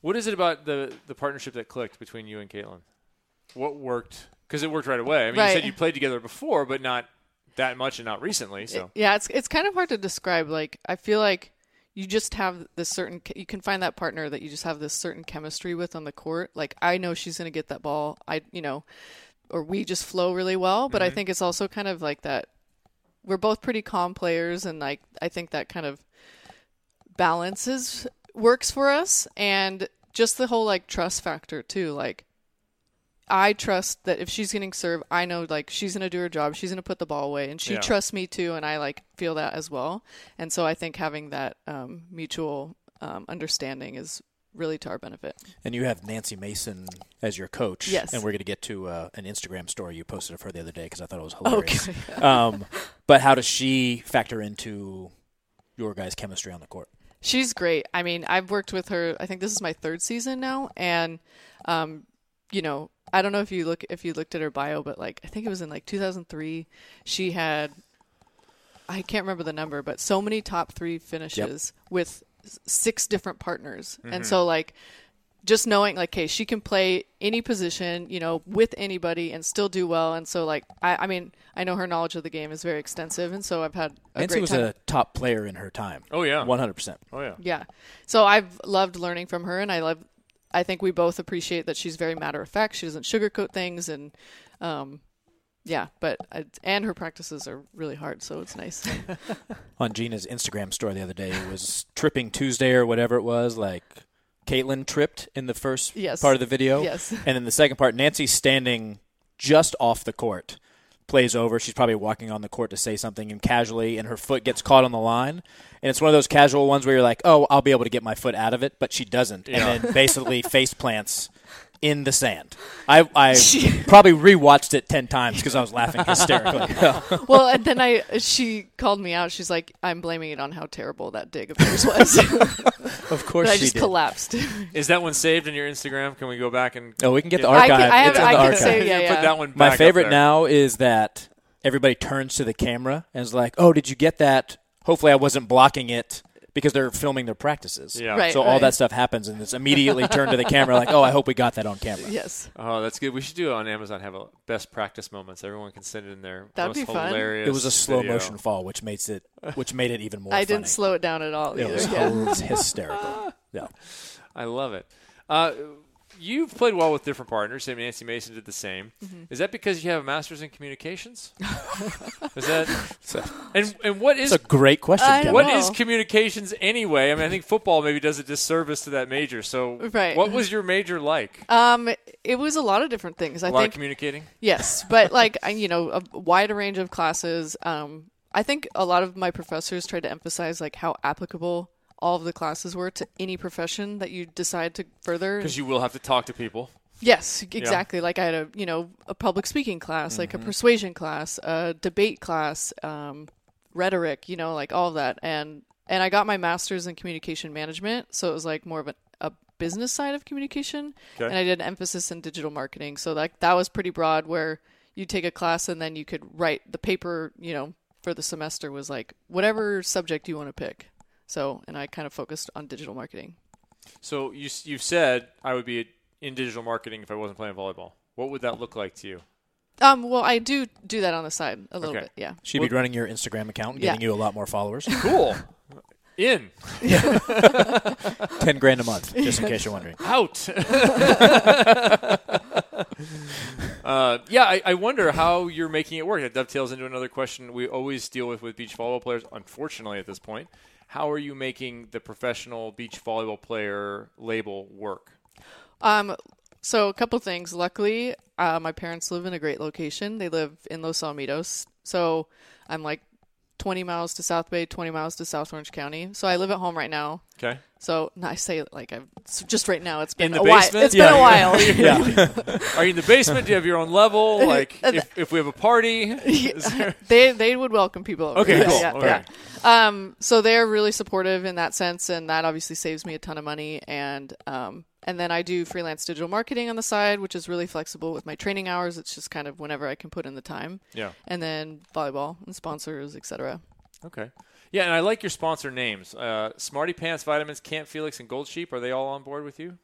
What is it about the, the partnership that clicked between you and Caitlin? What worked? Because it worked right away. I mean, you Right. said you played together before, but not that much and not recently. So, Yeah, it's it's kind of hard to describe like I feel like you just have this certain you can find that partner that you just have this certain chemistry with on the court. Like I know she's going to get that ball. I you know or we just flow really well, but I think it's also kind of like that we're both pretty calm players and like I think that kind of balances works for us and just the whole like trust factor too like I trust that if she's getting serve, I know like she's gonna do her job. She's gonna put the ball away, and she Yeah. trusts me too, and I like feel that as well. And so I think having that um, mutual um, understanding is really to our benefit. And you have Nancy Mason as your coach. Yes. And we're going to get to uh, an Instagram story you posted of her the other day because I thought it was hilarious. Okay. [laughs] um, but how does she factor into your guys' chemistry on the court? She's great. I mean, I've worked with her. I think this is my third season now, and um, you know, I don't know if you look if you looked at her bio, but like I think it was in like 2003, she had I can't remember the number, but so many top three finishes with s- six different partners, and Mm-hmm. so like just knowing like hey she can play any position you know with anybody and still do well and so like i, I mean i know her knowledge of the game is very extensive and so i've had a Nancy great was time. a top player in her time. Oh, yeah. 100%. oh, yeah. Yeah. So I've loved learning from her, and I love. I think we both appreciate that she's very matter of fact. She doesn't sugarcoat things, and um, yeah. But I, and her practices are really hard, so it's [laughs] nice. on Gina's Instagram story the other day. It was tripping Tuesday or whatever it was. Like Caitlin tripped in the first Yes. part of the video. [laughs] Yes. And then the second part, Nancy's standing just off the court, plays over. She's probably walking on the court to say something and casually, and her foot gets caught on the line. And it's one of those casual ones where you're like, oh, I'll be able to get my foot out of it, but she doesn't. And then [laughs] basically face plants. In the sand, I, I probably rewatched it ten times because I was laughing hysterically. well, and then I she called me out. She's like, "I'm blaming it on how terrible that dig of [laughs] yours was." [laughs] [laughs] of course, but I she just did. collapsed. [laughs] Is that one saved in your Instagram? Can we go back and Oh, we can get the I archive. can- I have- it's in I the can archive. say- yeah, Put yeah. that one My back up favorite there. now is that everybody turns to the camera and is like, "Oh, did you get that?" Hopefully, I wasn't blocking it because they're filming their practices. Yeah. Right, so all right. that stuff happens, and it's immediately turned to the camera like, "Oh, I hope we got that on camera." yes. Oh, that's good. We should do it on Amazon. Have a best practice moments. Everyone can send it in there. That'd Most be fun. hilarious It was a slow video. motion fall, which makes it which made it even more. I didn't Oh, funny. slow it down at all. It either. was, Yeah. it was [laughs] hysterical. Yeah. I love it. Uh, you've played well with different partners. I mean, Nancy Mason did the same. Is that because you have a master's in communications? is that [laughs] and and what is It's a great question, I Kevin. [laughs] what know. is communications anyway? I mean, I think football maybe does a disservice to that major. So, Right. what was your major like? Um, it was a lot of different things. I a lot think of communicating. Yes, but like I- you know, a wide range of classes. Um, I think a lot of my professors tried to emphasize like how applicable all of the classes were to any profession that you decide to further. Because you will have to talk to people. yes, exactly. Like I had a you know a public speaking class, like a persuasion class, a debate class, um, rhetoric. You know, like all of that, and and I got my master's in communication management, so it was like more of an, a business side of communication and I did an emphasis in digital marketing. So like that was pretty broad where you take a class and then you could write the paper, you know, for the semester was like whatever subject you want to pick. So, and I kind of focused on digital marketing. So you s- you've said I would be in digital marketing if I wasn't playing volleyball. What would that look like to you? Um, well, I do do that on the side a little Okay. bit. Yeah. She'd be running your Instagram account, and Yeah. getting you a lot more [laughs] followers. Cool. In. Ten grand a month, just in case you're wondering. out. [laughs] uh, yeah, I, I wonder how you're making it work. That dovetails into another question we always deal with with beach volleyball players, unfortunately, at this point. How are you making the professional beach volleyball player label work? Um, so a couple things. Luckily, uh, my parents live in a great location. They live in Los Alamitos, so I'm like 20 miles to South Bay, 20 miles to South Orange County. So I live at home right now. Okay. So no, I say it like I've so just right now. It's been the a while. basement? It's been a [laughs] [laughs] while. yeah. Are you in the basement? Do you have your own [laughs] level? Like, Uh, if, if we have [laughs] a party, [laughs] they they would welcome people. Over. Okay, Yeah, cool. Yeah, All yeah. Um, so they're really supportive in that sense, and that obviously saves me a ton of money. And um, and then I do freelance digital marketing on the side, which is really flexible with my training hours. It's just kind of whenever I can put in the time. Yeah. And then volleyball and sponsors, etc. Okay. Yeah, and I like your sponsor names. Uh, Smarty Pants, Vitamins, Camp Felix, and Gold Sheep. Are they all on board with you?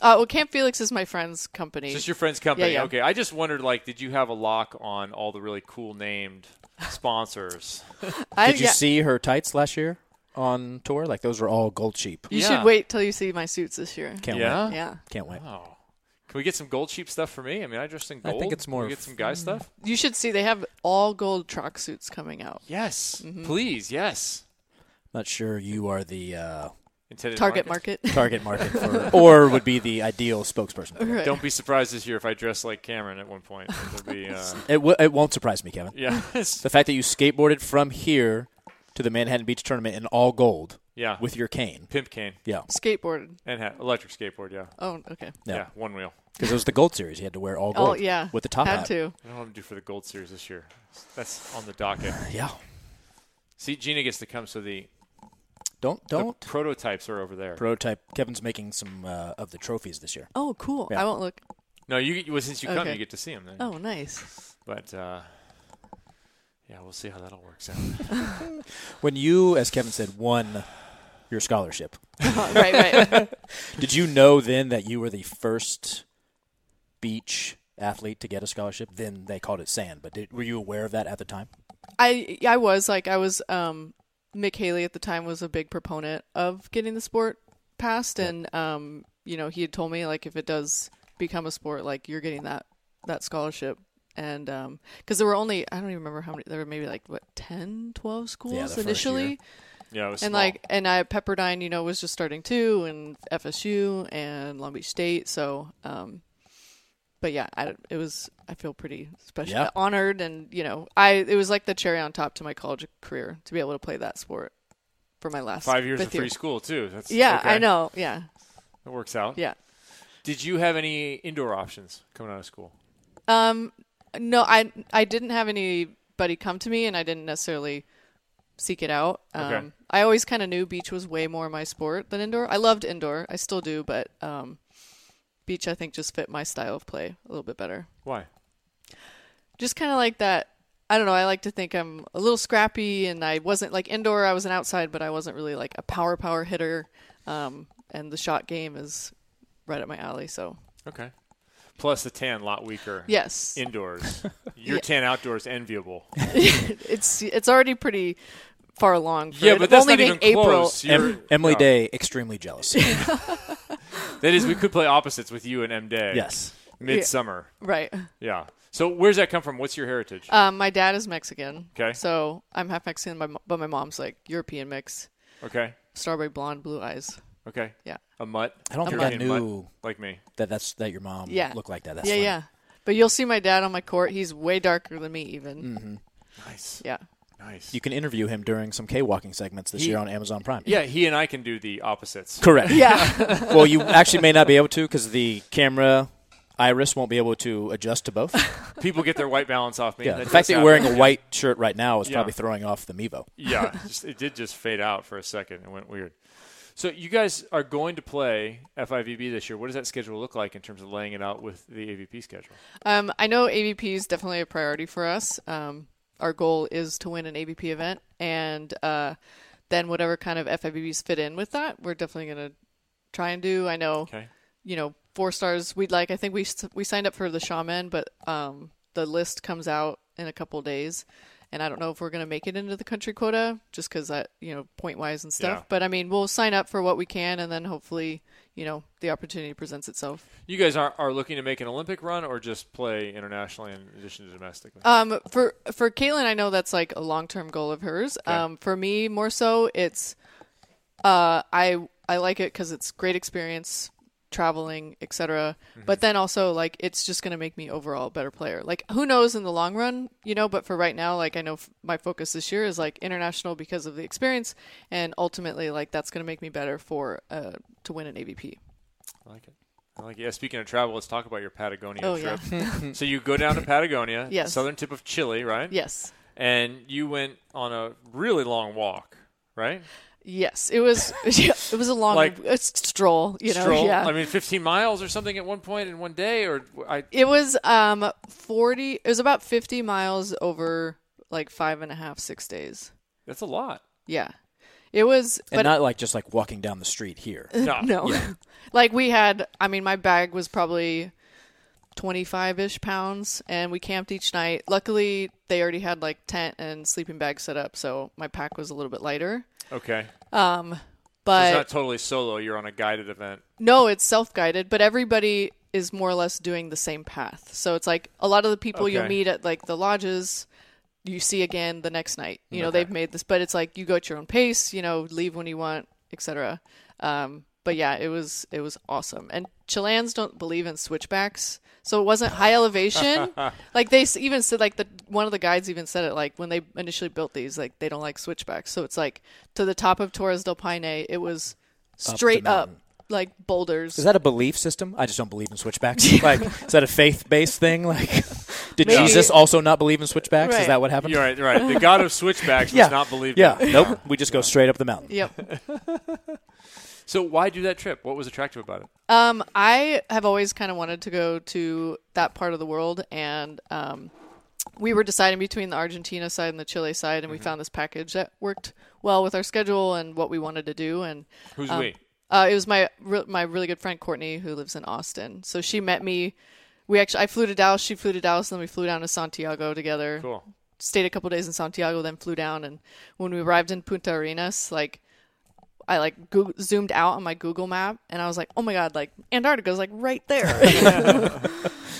Uh, well, Camp Felix is my friend's company. It's just your friend's company. yeah. Okay. I just wondered, like, did you have a lock on all the really cool named [laughs] sponsors? I, Did you yeah, see her tights last year on tour? Like those were all gold cheap. you Yeah. should wait till you see my suits this year. Can't Yeah? wait. Yeah. Can't wait. Oh. Can we get some Gold Sheep stuff for me? I mean, I dress in I gold. think it's more Can we get some guy stuff? You should see they have all gold tracksuits coming out. Yes. Please. Yes. Not sure you are the uh, Intended Target market. target market for, [laughs] or would be the ideal spokesperson. for that. [laughs] [laughs] Right. Don't be surprised this year if I dress like Cameron at one point. It'll be, [laughs] uh, It, w- it won't surprise me, Kevin. [laughs] yeah. The fact that you skateboarded from here to the Manhattan Beach tournament in all gold yeah. with your cane. pimp cane Yeah. Skateboarded. and ha- electric skateboard. Yeah. Oh, okay. Yeah. Yeah. One wheel. Because it was the gold series. You had to wear all Oh gold. yeah, With the top had hat. to. I don't know what to do for the Gold Series this year. That's on the docket. Yeah. See, Gina gets to come, so the, Don't, the don't. prototypes are over there. Prototype. Kevin's making some uh, of the trophies this year. Oh, cool. Yeah. I won't look. no, you well, since you come, Okay. you get to see them then. Oh, [laughs] nice. [laughs] But uh, yeah, we'll see how that all works out. [laughs] When you, as Kevin said, won your scholarship, right, right. did you know then that you were the first beach athlete to get a scholarship? Then they called it sand, but did, were you aware of that at the time? I I was like I was um Mick Haley at the time was a big proponent of getting the sport passed, and um you know he had told me like if it does become a sport, like you're getting that that scholarship. And um 'cause because there were only I don't even remember how many there were maybe like what 10, 12 schools first year. initially, Yeah, it was and small. like and I Pepperdine, you know, was just starting too, and FSU and Long Beach State. So, um, but yeah, I, it was. I feel pretty special, Yeah. honored, and you know, I it was like the cherry on top to my college career to be able to play that sport for my last five years of fifth free year. school too. That's Yeah, okay. I know. Yeah, It works out. yeah. Did you have any indoor options coming out of school? Um, no, I I didn't have anybody come to me, and I didn't necessarily seek it out. Um, Okay. I always kind of knew beach was way more my sport than indoor. I loved indoor, I still do, but um, beach I think just fit my style of play a little bit better. Why? Just kind of like that. I don't know. I like to think I'm a little scrappy, and I wasn't like indoor. I was an outside, but I wasn't really like a power power hitter. Um, and the shot game is right up my alley. So Okay. Plus the tan a lot weaker. yes, [laughs] Indoors, your tan outdoors enviable. it's it's already pretty far along. For Yeah, it but that's only not being even April. close. You're- Em- Emily yeah. Day, extremely [laughs] jealous. That is, we could play opposites with you and M Day. yes. Midsummer. Right. Yeah. So where's that come from? What's your heritage? Um, my dad is Mexican. 'Kay. So I'm half Mexican, my mo- but my mom's like European mix, okay. strawberry blonde, blue eyes. Okay. Yeah. A mutt. I don't think I European mutt, knew like me. that that's that your mom Yeah. looked like that. That's yeah, funny. yeah. But you'll see my dad on my court. He's way darker than me, even. Mm-hmm. Nice. Yeah. Nice. You can interview him during some K walking segments this He- year on Amazon Prime. yeah, he and I can do the opposites. Correct. Yeah. [laughs] well, you actually may not be able to because the camera iris won't be able to adjust to [laughs] both. People get their white balance off me. Yeah. the That fact does that you're wearing a happen. white shirt right now is Yeah. probably throwing off the Mevo. yeah, just, it did just fade out for a second. It went weird. So you guys are going to play FIVB this year. What does that schedule look like in terms of laying it out with the AVP schedule? [laughs] um, I know AVP is definitely a priority for us. Um, our goal is to win an AVP event, and uh, then whatever kind of FIVBs fit in with that, we're definitely going to try and do. I know. Okay. you know four stars we'd like i think we s- we signed up for the shaman but um the list comes out in a couple days and i don't know if we're going to make it into the country quota just because that you know point wise and stuff Yeah. but i mean we'll sign up for what we can and then hopefully you know the opportunity presents itself You guys are, are looking to make an Olympic run or just play internationally in addition to domestically? um for for caitlin i know that's like a long-term goal of hers um for me more so it's uh i i like it because it's great experience traveling, etc. Mm-hmm. But then also like it's just going to make me overall a better player. Like who knows in the long run, you know, but for right now like I know f- my focus this year is like international because of the experience and ultimately like that's going to make me better for uh to win an AVP. I like it. I like it. Yeah, speaking of travel, let's talk about your Patagonia Oh, [laughs] trip. so you go down to Patagonia, Yes. southern tip of Chile, right? Yes. And you went on a really long walk, right? Yes, it was [laughs] yeah, it was a long Like- a s- [laughs] stroll, you know, Stroll. yeah. I mean, 15 miles or something at one point in one day, or I It was um forty. It was about fifty miles over like five and a half, six days. that's a lot. Yeah, it was. and but not like just like walking down the street here. [laughs] No, [laughs] no, like we had. I mean, my bag was probably twenty-five ish pounds, and we camped each night. Luckily, they already had like tent and sleeping bag set up, so my pack was a little bit lighter. Okay, But Uh, it's not totally solo. You're on a guided event. No, it's self guided, but everybody is more or less doing the same path. So it's like a lot of the people you'll Okay. meet at like the lodges you see again the next night. You know, they've made this but it's like you go at your own pace, you know, leave when you want, etc. Um but yeah, it was it was awesome. And Chileans don't believe in switchbacks. So it wasn't high elevation. like they s- even said like the one of the guides even said it like when they initially built these like they don't like switchbacks. So it's like to the top of Torres del Paine, it was straight up mountain. like boulders. Is that a belief system? I just don't believe in [laughs] switchbacks. like, is that a faith-based thing? Like, [laughs] did Maybe. Jesus also not believe in switchbacks? Is Right. that what happened? You're right, right. The god [laughs] of switchbacks yeah. was not believed. Yeah. in. Nope. We just go straight up the mountain. yep. [laughs] So why do that trip? What was attractive about it? Um, I have always kind of wanted to go to that part of the world, and um, we were deciding between the Argentina side and the Chile Mm-hmm. side, and we found this package that worked well with our schedule and what we wanted to do, and Who's we? Uh, it was my re- my really good friend Courtney who lives in Austin. So she met me. We actually I flew to Dallas. She flew to Dallas, and then we flew down to Santiago together. Cool. Stayed a couple days in Santiago, then flew down. And when we arrived in Punta Arenas, like I like Goog zoomed out on my Google map, and I was like, oh my god, like Antarctica's like right there.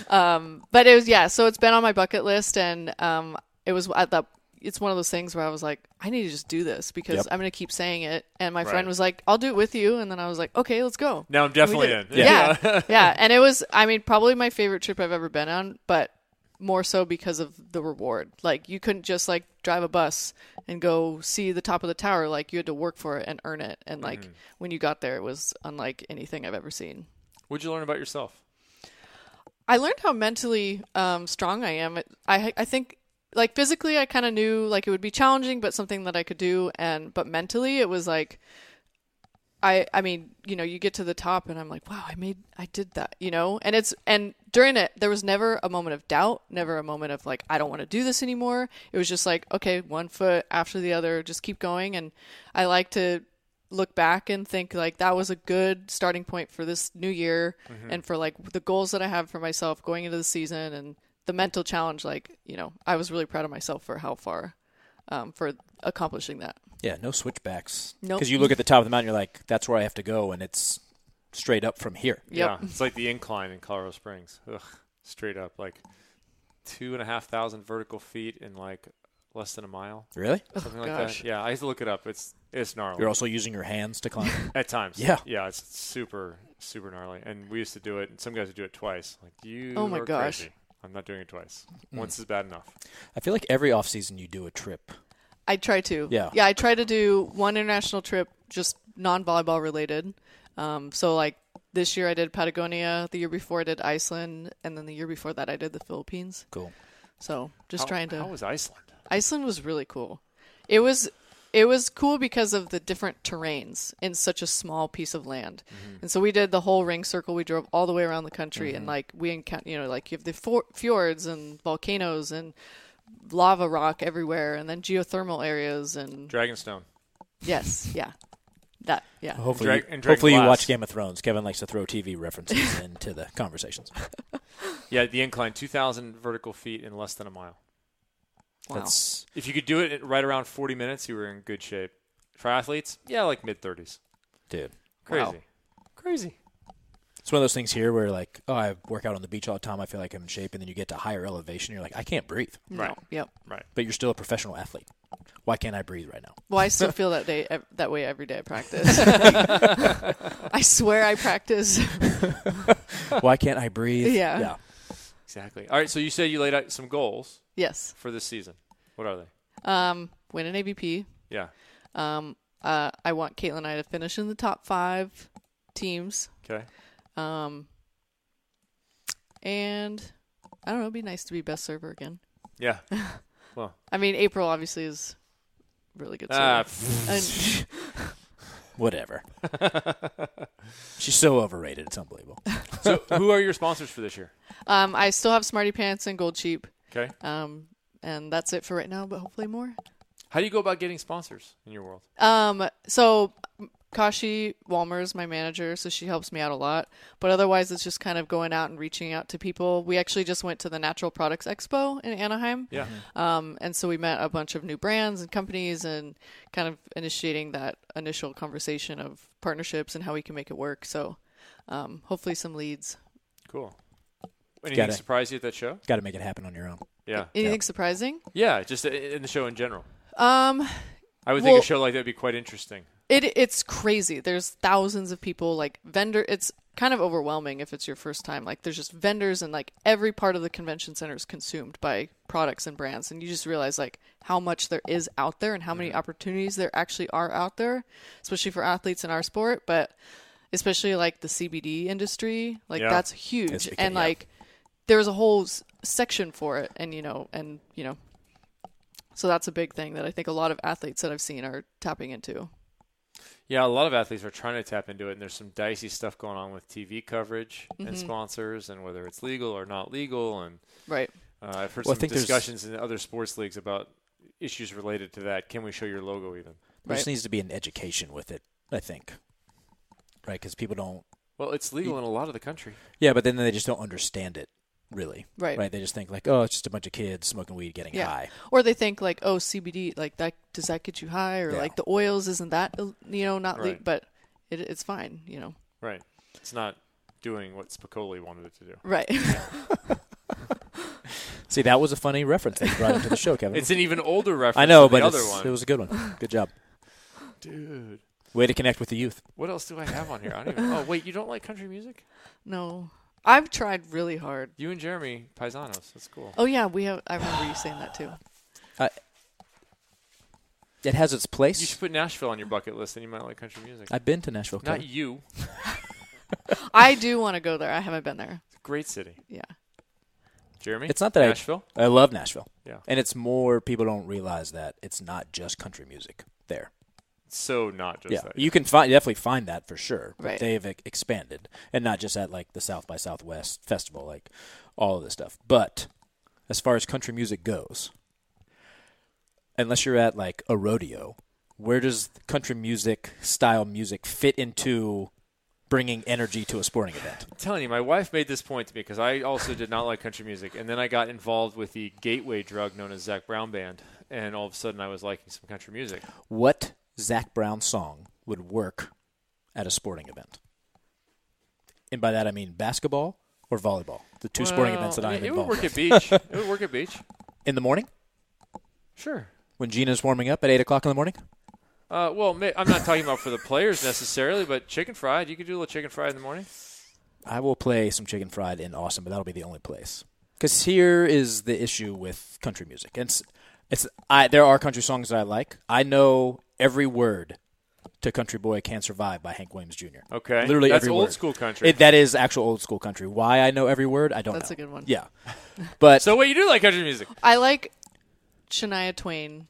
Um, but it was yeah so it's been on my bucket list and um it was at the it's one of those things where i was like i need to just do this because i'm gonna keep saying it and my Right. friend was like i'll do it with you and then i was like okay let's go Now I'm And we definitely did it. in. yeah yeah. and it was i mean probably my favorite trip i've ever been on but more so because of the reward like you couldn't just like drive a bus and go see the top of the tower like you had to work for it and earn it and like Mm-hmm. when you got there it was unlike anything i've ever seen [laughs] What'd you learn about yourself? I learned how mentally um, strong I am. It- I I think like physically I kind of knew like it would be challenging, but something that I could do. And but mentally it was like I I mean you know you get to the top and I'm like wow I made I did that you know and it's and during it there was never a moment of doubt, never a moment of like I don't want to do this anymore. It was just like okay one foot after the other, just keep going. And I like to look back and think like that was a good starting point for this new year Mm-hmm. and for like the goals that I have for myself going into the season and the mental challenge like you know I was really proud of myself for how far um, for accomplishing that Yeah, no switchbacks. Nope. Because you look at the top of the mountain, you're like, that's where I have to go, and it's straight up from here. Yep. Yeah, it's like the incline in Colorado Springs. Ugh, straight up, like two and a half thousand vertical feet in like less than a mile, Really? something like Oh, gosh. that. Yeah, I have to look it up. It's it's gnarly You're also using your hands to [laughs] climb. at times. Yeah. yeah, it's super super gnarly. And we used to do it, and some guys would do it twice. Like you, Oh my are gosh. crazy. I'm not doing it twice. Once is bad enough. I feel like every off season you do a trip. I try to Yeah. yeah I try to do one international trip just non volleyball related um, so like this year I did Patagonia the year before I did Iceland and then the year before that I did the Philippines Cool. so just How- trying to How was Iceland? Iceland was really cool. It was it was cool because of the different terrains in such a small piece of land. And so we did the whole ring circle. We drove all the way around the country and like we encounter you know like you have the for- fjords and volcanoes and lava rock everywhere and then geothermal areas and Dragonstone. yes, yeah. That yeah. Hopefully, Drag- you, and drag hopefully you glass. watch Game of Thrones. Kevin likes to throw TV [laughs] references into the conversations. Yeah, the incline, two thousand vertical feet in less than a mile. Wow. That's If you could do it at right around 40 minutes, you were in good shape. Triathletes, yeah, like mid 30s. dude. Crazy. Wow. Crazy. It's one of those things here where like, oh, I work out on the beach all the time. I feel like I'm in shape, and then you get to higher elevation, you're like, I can't breathe. No, Right. Yep. But you're still a professional athlete. Why can't I breathe right now? [laughs] Well, I still feel that day ev- that way every day I practice. I swear I practice. [laughs] Why can't I breathe? Yeah. Yeah. Exactly. All right. So you say you laid out some goals yes. for this season. What are they? Um, win an ABP. Yeah. Um, uh, I want Caitlin and I to finish in the top five teams. Okay. Um, and I don't know. It'd be nice to be best server again. Yeah. I mean, April obviously is really good. Ah, server. And- Whatever. She's so overrated. It's unbelievable. so who are your sponsors for this year? um, I still have Smarty Pants and Gold Sheep. Okay. Um, and that's it for right now, but hopefully more. How do you go about getting sponsors in your world? Um, so Kashi Walmer is my manager, so she helps me out a lot. But otherwise, it's just kind of going out and reaching out to people. We actually just went to the Natural Products Expo in Anaheim. Yeah. Um, and so we met a bunch of new brands and companies and kind of initiating that initial conversation of partnerships and how we can make it work. So um, hopefully some leads. Cool. Anything Got it. surprise you at that show? Got to make it happen on your own. Yeah. Anything surprising? Yeah. Just i- in the show in general. Um, I would Well- think a show like that would be quite interesting. It it's crazy. There's thousands of people like vendor it's kind of overwhelming if it's your first time. Like there's just vendors and like every part of the convention center is consumed by products and brands and you just realize like how much there is out there and how many opportunities there actually are out there, especially for athletes in our sport, but especially like the CBD industry, like Yeah. that's huge It's becau- and yeah. like there's a whole s- section for it and you know and you know so that's a big thing that I think a lot of athletes that I've seen are tapping into. Yeah, a lot of athletes are trying to tap into it, and there's some dicey stuff going on with TV coverage Mm-hmm. and sponsors, and whether it's legal or not legal. And Right. uh, I've heard Well, I some think there's- discussions in other sports leagues about issues related to that. Can we show your logo even? There just Right. needs to be an education with it, I think. Right? Because people don't. Well, it's legal in a lot of the country. Yeah, but then they just don't understand it, really. Right. Right? They just think, like, oh, it's just a bunch of kids smoking weed, getting Yeah. high. Or they think like, oh, CBD, like that does that get you high? Or Yeah. like the oils, isn't that ill- you know not le- Right. but it, it's fine, you know. Right. It's not doing what Spicoli wanted it to do. Right. See, that was a funny reference that you brought into the show, Kevin. It's an even older reference. I know, than but the other it's- one. it was a good one. Good job. Dude, Way to connect with the youth. what else do I have on here? I don't even. Oh wait, you don't like country music? no, I've tried really hard. You and Jeremy Paisanos. That's cool. Oh yeah, we have. I remember you saying that too. It has its You should place. put Nashville on your bucket list, and you might like country music. I've been to Nashville. Not Kevin. you. I do want to go there. I haven't been there. It's a great city. Yeah. Jeremy. It's not that I- Nashville. I love Nashville. Yeah. And it's more people don't realize that it's not just country music there. so not just yeah. that. You can find definitely find that for sure. But Right. They've e- expanded and not just at like the South by Southwest festival like all of this stuff. But as far as country music goes, unless you're at like a rodeo, where does country music style music fit into bringing energy to a sporting event? I'm telling you, my wife made this point to me because I also did not like country music, and then I got involved with the gateway drug known as Zach Brown Band, and all of a sudden I was liking some country music. What Zach Brown song would work at a sporting event? And by that I mean basketball or volleyball, the two sporting events that Well, I'm it, it would involved work with. [laughs] at beach. it would work at beach. In the morning, Sure. when Gina's warming up at eight o'clock in the morning, Uh, well, ma- I'm not talking about for the players necessarily, but chicken fried. You could do a little chicken fried in the morning. I will play some chicken fried in Austin, but that'll be the only place. Because here is the issue with country music. It's, it's I there are country songs that I like. I know every word to "Country Boy Can't Survive" by Hank Williams Jr. Okay. literally That's every old word. school country. It, that is actual old school country. Why I know every word, I don't. That's know. a good one. Yeah, but So wait, you do like country music? I like Shania Twain.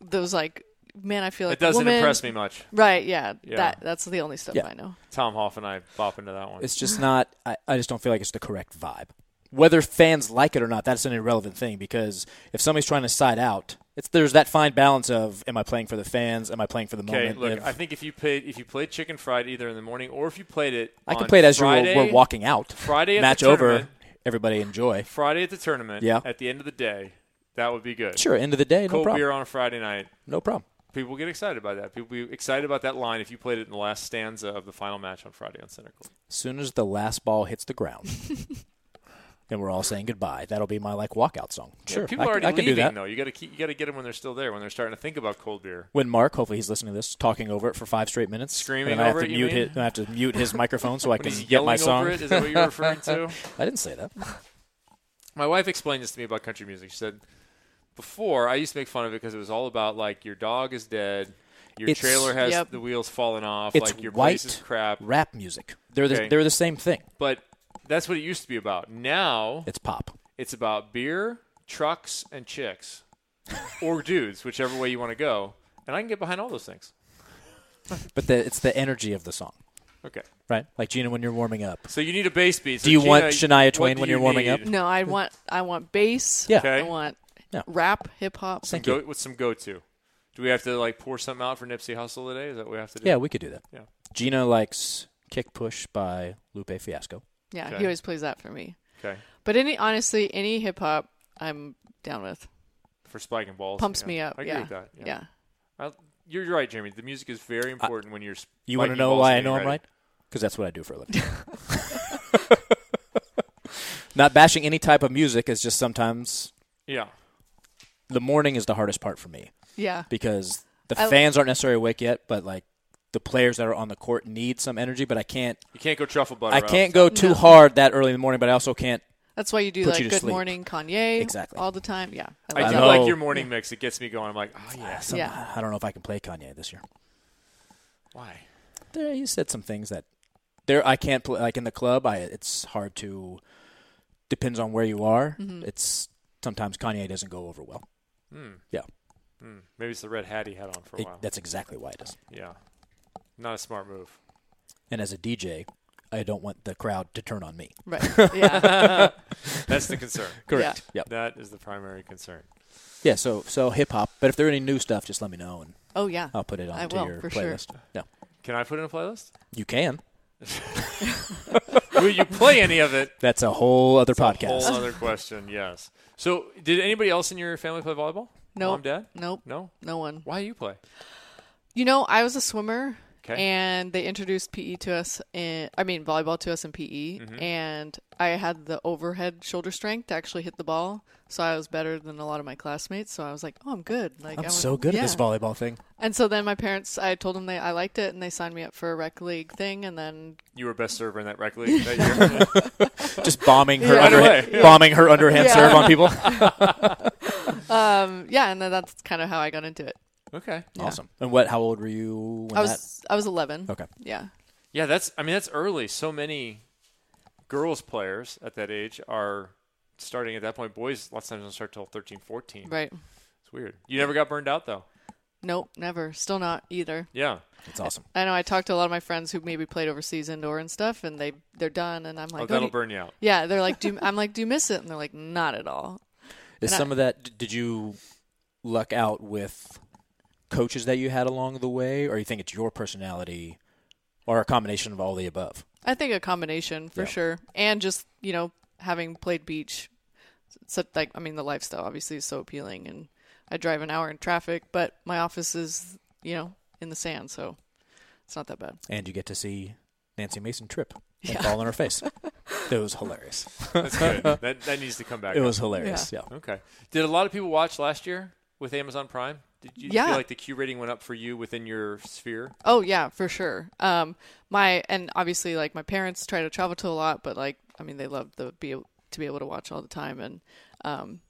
Those like man, I feel like It doesn't woman. impress me much. Right? Yeah. Yeah. That that's the only stuff Yeah. I know. Tom Hoff and I bop into that one. it's just not. I, I just don't feel like it's the correct vibe. Whether fans like it or not, that's an irrelevant thing because if somebody's trying to side out, it's there's that fine balance of am I playing for the fans? Am I playing for the Okay, moment? look, If- I think if you played if you played chicken fried either in the morning or if you played it, I can on play it as you were, Friday, we're walking out. Friday at the match over. tournament. Everybody enjoy. Friday at the tournament. Yeah. At the end of the day, that would be good. Sure, end of the day, no Cold problem. beer on a Friday night. No problem. People get excited by that. People be excited about that line if you played it in the last stanza of the final match on Friday on Cynical. As soon as the last ball hits the ground, then we're all saying goodbye. That'll be my like walkout song. Sure, people I, are c- already I can leaving do that. though. You got to keep. You got to get them when they're still there. When they're starting to think about cold beer. When Mark, hopefully he's listening to this, talking over it for five straight minutes, Screaming and then I have over to it, you mute mean? his, I have to mute his microphone [laughs] so I When can he's get yelling my song. over it, is that what you're referring to? [laughs] I didn't say [laughs] that. My wife explained this to me about country music. She said, before I used to make fun of it because it was all about like your dog is dead, your It's- trailer has Yep. the wheels fallen off, It's like your place is white crap. rap music. They're the, Okay. they're the same thing. But that's what it used to be about. Now It's pop. it's about beer, trucks, [laughs] and chicks, or dudes, whichever way you want to go. And I can get behind all those things. But the, it's the energy of the song, Okay. right? Like Gina, when you're warming up, So you need a bass beat. So Do you Gina, want Shania what Twain do when you you're warming need? No, I want I want bass. Yeah. Okay. I want Yeah. rap, hip hop. Thank Go, you. what's some go-to? Do we have to like pour something out for Nipsey Hussle today? Is that what we have to do? yeah, we could do that. Yeah. Gina likes "Kick Push" by Lupe Fiasco. Yeah, Okay. he always plays that for me. Okay. But any honestly, any hip hop I'm down with. For spiking balls. Pumps yeah. me up. I agree yeah. with that. Yeah. I- you're right, Jeremy. The music is very important when you're. Uh, You want to know why I know I'm right? Because that's what I do for a living. [laughs] Not bashing any type of music is just sometimes Yeah. the morning is the hardest part for me Yeah. because the I- fans aren't necessarily awake yet, but like the players that are on the court need some energy, but I can't You can't go truffle butter. I out. can't go too No. hard that early in the morning, but I also can't That's why you do Put like you to Good sleep. Morning Kanye Exactly. all the time. Yeah. I love do that. know. like your morning mix. It gets me going. I'm like, oh yeah. ah, some, Yeah. I don't know if I can play Kanye this year. Why? There you said some things that there I can't play like in the club, I it's hard to depends on where you are. Mm-hmm. It's sometimes Kanye doesn't go over well. Yeah. Hmm. Maybe it's the red hat he had on for a It- while. that's exactly why it is. yeah. Not a smart move. And as a DJ, I don't want the crowd to turn on me. [laughs] Right. Yeah. That's the [laughs] concern. Correct. Yeah. Yep. That is the primary concern. Yeah. So so hip hop. But if there are any new stuff, just let me know and Oh yeah. I'll put it I onto will, your for sure. playlist. No, Can I put in a playlist? [laughs] you can. Will you play any of it? That's a whole other Whole podcast. other question. Yes. So, did anybody else in your family play volleyball? Nope. Mom, dad? Nope. No. No one. Why do you play? You know, I was a swimmer, 'Kay. and they introduced PE to us. In, I mean, volleyball to us in PE, Mm-hmm. and I had the overhead shoulder strength to actually hit the ball, so I was better than a lot of my classmates. So I was like, "Oh, I'm good." Like I I'm was- so good at this yeah. volleyball thing. And so then my parents, I told them they I liked it, and they signed me up for a rec league thing, and then You were best server in that rec league that year. [laughs] Just bombing her Yeah. underhand, Right away. bombing her underhand Yeah. serve on people. um, yeah, and then that's kind of how I got into it. okay. Awesome. And what? How old were you? When I was I was 11. that? Okay. Yeah. Yeah, that's. I mean, that's early. So many girls players at that age are starting at that point. Boys, lots of times don't start till 13, 14. Right. It's weird. You never got burned out though. Nope. Never. Still not either. Yeah. It's awesome. I know I talked to a lot of my friends who maybe played overseas indoor and stuff, and they they're done, and I'm like, Oh, "Oh, do that'll you-" burn [laughs] you out. Yeah, they're like, do you-" I'm like, do you miss it? And they're like, not at all. Is And I- some of that? d- Did you luck out with coaches that you had along the way, or you think it's your personality, or a combination of all the above? I think a combination for Yeah. sure, and just you know having played beach, so like I mean the lifestyle obviously is so appealing, and I drive an hour in traffic, but my office is you know in the sand, so it's not that bad. and you get to see Nancy Mason trip and Yeah. fall on her face. It was hilarious. That's good. that that needs to come back. It up. was hilarious. Yeah. okay. Did a lot of people watch last year with Amazon Prime? Did you Yeah. feel like the Q rating went up for you within your sphere? Oh yeah, for sure. Um, my and obviously like my parents try to travel to a lot, but like I mean they love the be able, to be able to watch all the time, and um,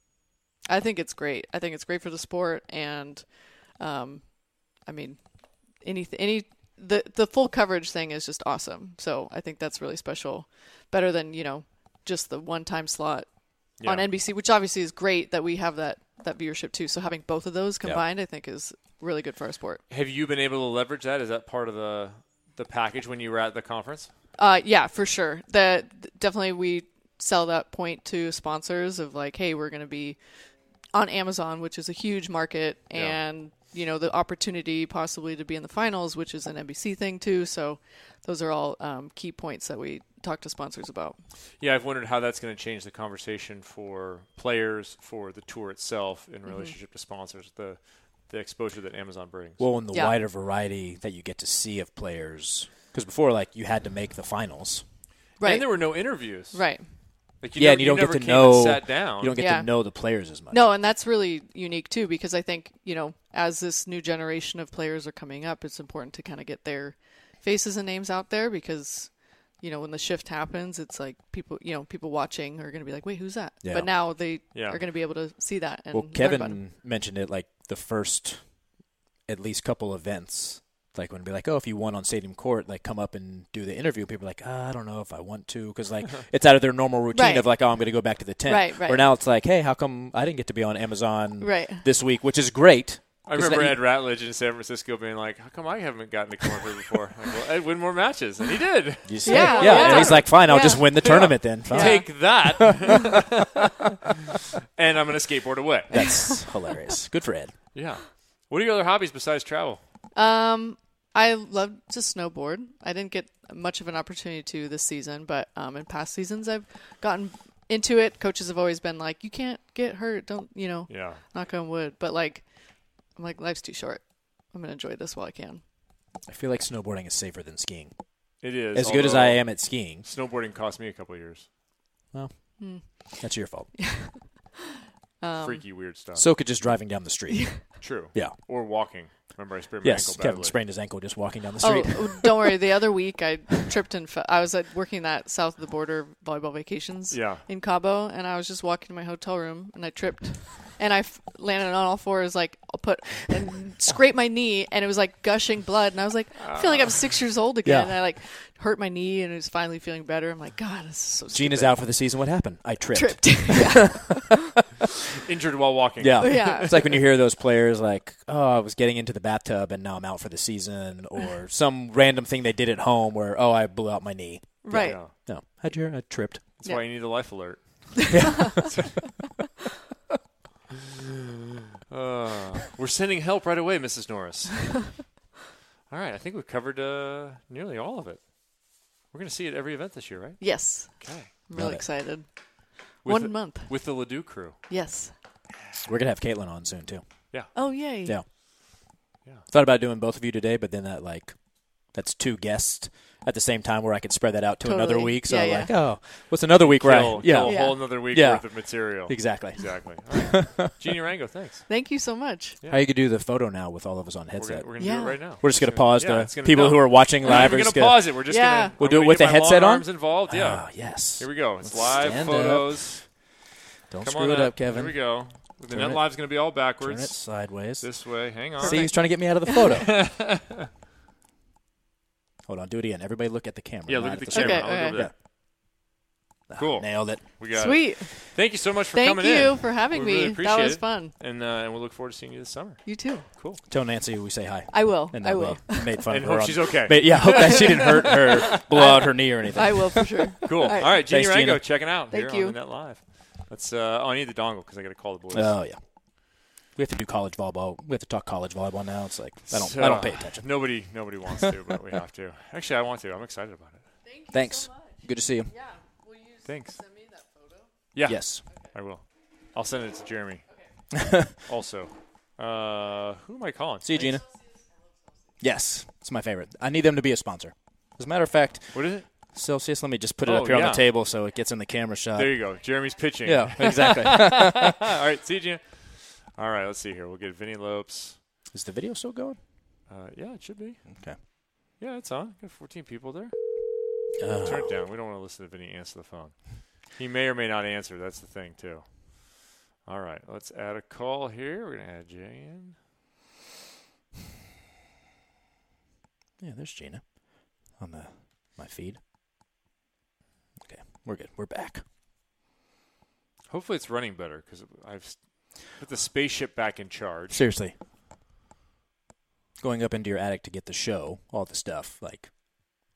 I think it's great. I think it's great for the sport, and um, I mean any any the the full coverage thing is just awesome. So I think that's really special. Better than you know just the one time slot on Yeah. NBC, which obviously is great that we have that that viewership too. So having both of those combined, I think is really good for our sport. Have you been able to leverage that? Is that part of the the package when you were at the conference? Uh, yeah, for sure. That definitely we sell that point to sponsors of like, hey, we're going to be on Amazon, which is a huge market, Yeah. and you know the opportunity possibly to be in the finals, which is an NBC thing too. So those are all um, key points that we talk to sponsors about. Yeah, I've wondered how that's going to change the conversation for players, for the tour itself, in Mm-hmm. relationship to sponsors, the the exposure that Amazon brings. Well, and the Yeah. wider variety that you get to see of players, because before, like you had to make the finals. Right. And there were no interviews. right. Like yeah, never- and you don't never get to came and know Sat down. you don't get Yeah. to know the players as much. No, and that's really unique too because I think, you know, as this new generation of players are coming up, it's important to kind of get their faces and names out there because you know, when the shift happens, it's like people, you know, people watching are going to be like, "Wait, who's that?" Yeah. But now they Yeah. are going to be able to see that and Well, learn about it. Kevin mentioned it like the first, at least couple events. Like when it'd be like, oh, if you won on Stadium Court, like come up and do the interview. People are like, ah, I don't know if I want to, because [laughs] like it's out of their normal routine Right. of like, oh, I'm going to go back to the tent. Right, right. Or now it's like, hey, how come I didn't get to be on Amazon Right. this week, which is great. I It's remember that- Ed Ratledge in San Francisco being like, "How come I haven't gotten to come [laughs] up here before?" Like, well, Ed, win more matches, and he did. You see? yeah, Yeah, yeah. And he's like, fine, I'll Yeah. just win the tournament then. [laughs] Fine. Take [laughs] that, and I'm going to skateboard away. That's hilarious. Good for Ed. Yeah. What are your other hobbies besides travel? Um, I love to snowboard. I didn't get much of an opportunity to this season, but um, in past seasons I've gotten into it. Coaches have always been like, "You can't get hurt. Don't you know?" Yeah. Knock on wood. But like, I'm like, life's too short. I'm gonna enjoy this while I can. I feel like snowboarding is safer than skiing. It is As good as I although am at skiing, Snowboarding cost me a couple of years. that's your fault. Um, Freaky weird stuff. So could just driving down the [laughs] street. True. Yeah. Or walking. Remember, I sprained my yes, ankle Kevin badly. sprained his ankle just walking down the Oh, street. oh, don't worry. The other week I tripped and fell. I was at working that south of the border volleyball vacations Yeah. in Cabo, and I was just walking to my hotel room and I tripped, and I f- landed on all fours like I'll put and scraped my knee, and it was like gushing blood, and I was like, I feel like I'm six years old again. Yeah. And I like hurt my knee, and it was finally feeling better. I'm like, God, this is [laughs] so. Gina's stupid." out for the season. What happened? I tripped. Tripped. yeah. Injured while walking. Yeah. Yeah. It's like when you hear those players like, oh, I was getting into the bathtub and now I'm out for the season, or some random thing they did at home where, oh, I blew out my knee. [laughs] Right. Yeah. No, how'd you? I tripped. That's Yeah. why you need a [laughs] life alert. [laughs] uh, we're sending help right away, [laughs] Mrs. Norris. all right, I think we've covered uh, nearly all of it. We're going to see it at every event this year, right? Yes. Okay. I'm really it. excited. With One the- month. With the Ledoux crew. Yes. We're gonna have Caitlin on soon too. Oh yay. Yeah. Yeah. Thought about doing both of you today, but then that like, that's two guests at the same time where I could spread that out to another Totally. week. So Yeah, yeah. like, oh, what's another week where I- Kill, yeah, kill a Yeah. whole another week Yeah. worth of material. exactly. Exactly. All right. [laughs] Jeannie Rango, thanks. Thank you so much. How you could do the photo now with all of us on We're gonna, headset? we're gonna do Yeah. it right now. We're just gonna pause yeah, it's the gonna- people no. who are watching live. We're are gonna just gonna- pause it. We're just Yeah. gonna. We'll I'm do it gonna with get the my headset long on? Arms involved. Yeah. Ah, yes. Here we go. It's Let's live stand photos. Don't Come screw on it up, Kevin. Here we go. The Turn net it- live's gonna be all Turn it backwards. sideways. This way. Hang on. See, he's trying to get me out of the photo. [laughs] Hold on, do it again. Everybody look at the camera. Yeah. not Look at the Okay, camera. I'll look okay. over there. Ah, Cool. Nailed it. We got it. Sweet. Thank you so much for Thank coming you in. for having We really me. that appreciate was it. fun. And uh, and we'll look forward to seeing you this summer. You too. Cool. Tell Nancy we say hi. I will. And I that will. we [laughs] Made fun And of her. hope on- she's okay. But yeah, hope that she didn't hurt her, [laughs] blow out her knee or anything. I will [laughs] for sure. Cool. All right, Jeannie Thanks, Rango, Gina. checking out Thank here you. on the net live. Let's. Uh, oh, I need the dongle because I got to call the boys. oh yeah. We have to do college volleyball. We have to talk college volleyball now. It's like I don't. I don't So, pay attention. Nobody, nobody wants to, [laughs] but we have to. Actually, I want to. I'm excited about it. Thanks. Good to see you. Yeah. Will you Thanks. send me that photo? Yeah. Yes. I will. I'll send it to [laughs] Jeremy. also, uh, who am I calling? See you, Gina. Yes, it's my favorite. I need them to be a sponsor. As a matter of fact, What is it? Celsius. Let me just put it Oh, up here on yeah. the table so it gets in the camera shot. There you go. Jeremy's pitching. Uh, yeah, exactly. [laughs] All [laughs] right. See you, Gina. All right. Let's see here. We'll get Vinny Lopes. Is the video still going? Uh, yeah, it should be. Okay. Yeah, it's on. Got 14 people there. Oh. Turn it down. We don't want to listen to Vinny answer the phone. He may or may not answer. That's the thing, too. All right. Let's add a call here. We're going to add Jay in. Yeah, there's Gina on the my feed. Okay, we're good. We're back. Hopefully, it's running better because I've s- put the spaceship back in charge. Seriously. Going up into your attic to get the show, all the stuff, like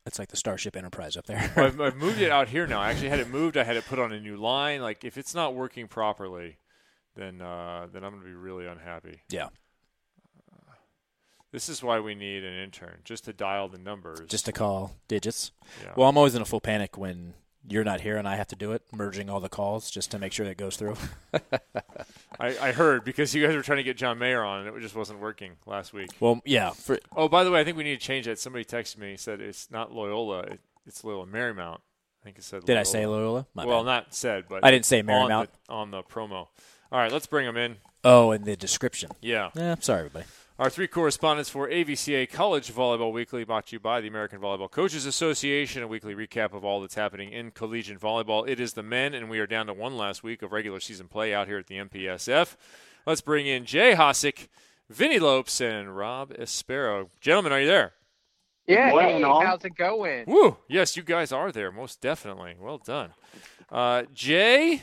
it's like the Starship Enterprise up there. Well, I've, I've moved it out here now. I actually had it moved. I had it put on a new line. Like if it's not working properly, then uh, then I'm gonna be really unhappy. [laughs] yeah. This is why we need an intern just to dial the numbers. Just to call digits. Yeah. Well, I'm always in a full panic when you're not here and I have to do it, merging all the calls just to make sure that [laughs] goes through. I, I heard because you guys were trying to get John Mayer on, and it just wasn't working last week. Well, yeah. For, Oh, by the way, I think we need to change that. Somebody texted me said it's not Loyola, it, it's Loyola Marymount. I think I said. Did I Loyola. say Loyola? My well, bad. not said, but I didn't say on Marymount. the- on the promo. All right, let's bring them in. Oh, in the description. Yeah. Yeah, I'm sorry, everybody. Our three correspondents for AVCA College Volleyball Weekly, brought to you by the American Volleyball Coaches Association, a weekly recap of all that's happening in collegiate volleyball. It is the men, and we are down to one last week of regular season play out here at the MPSF. Let's bring in Jay Hosick, Vinny Lopes, and Rob Espero. Gentlemen, are you there? Yeah, Morning, hey, all. how's it going? Woo! Yes, you guys are there, most definitely. Well done. Uh, Jay,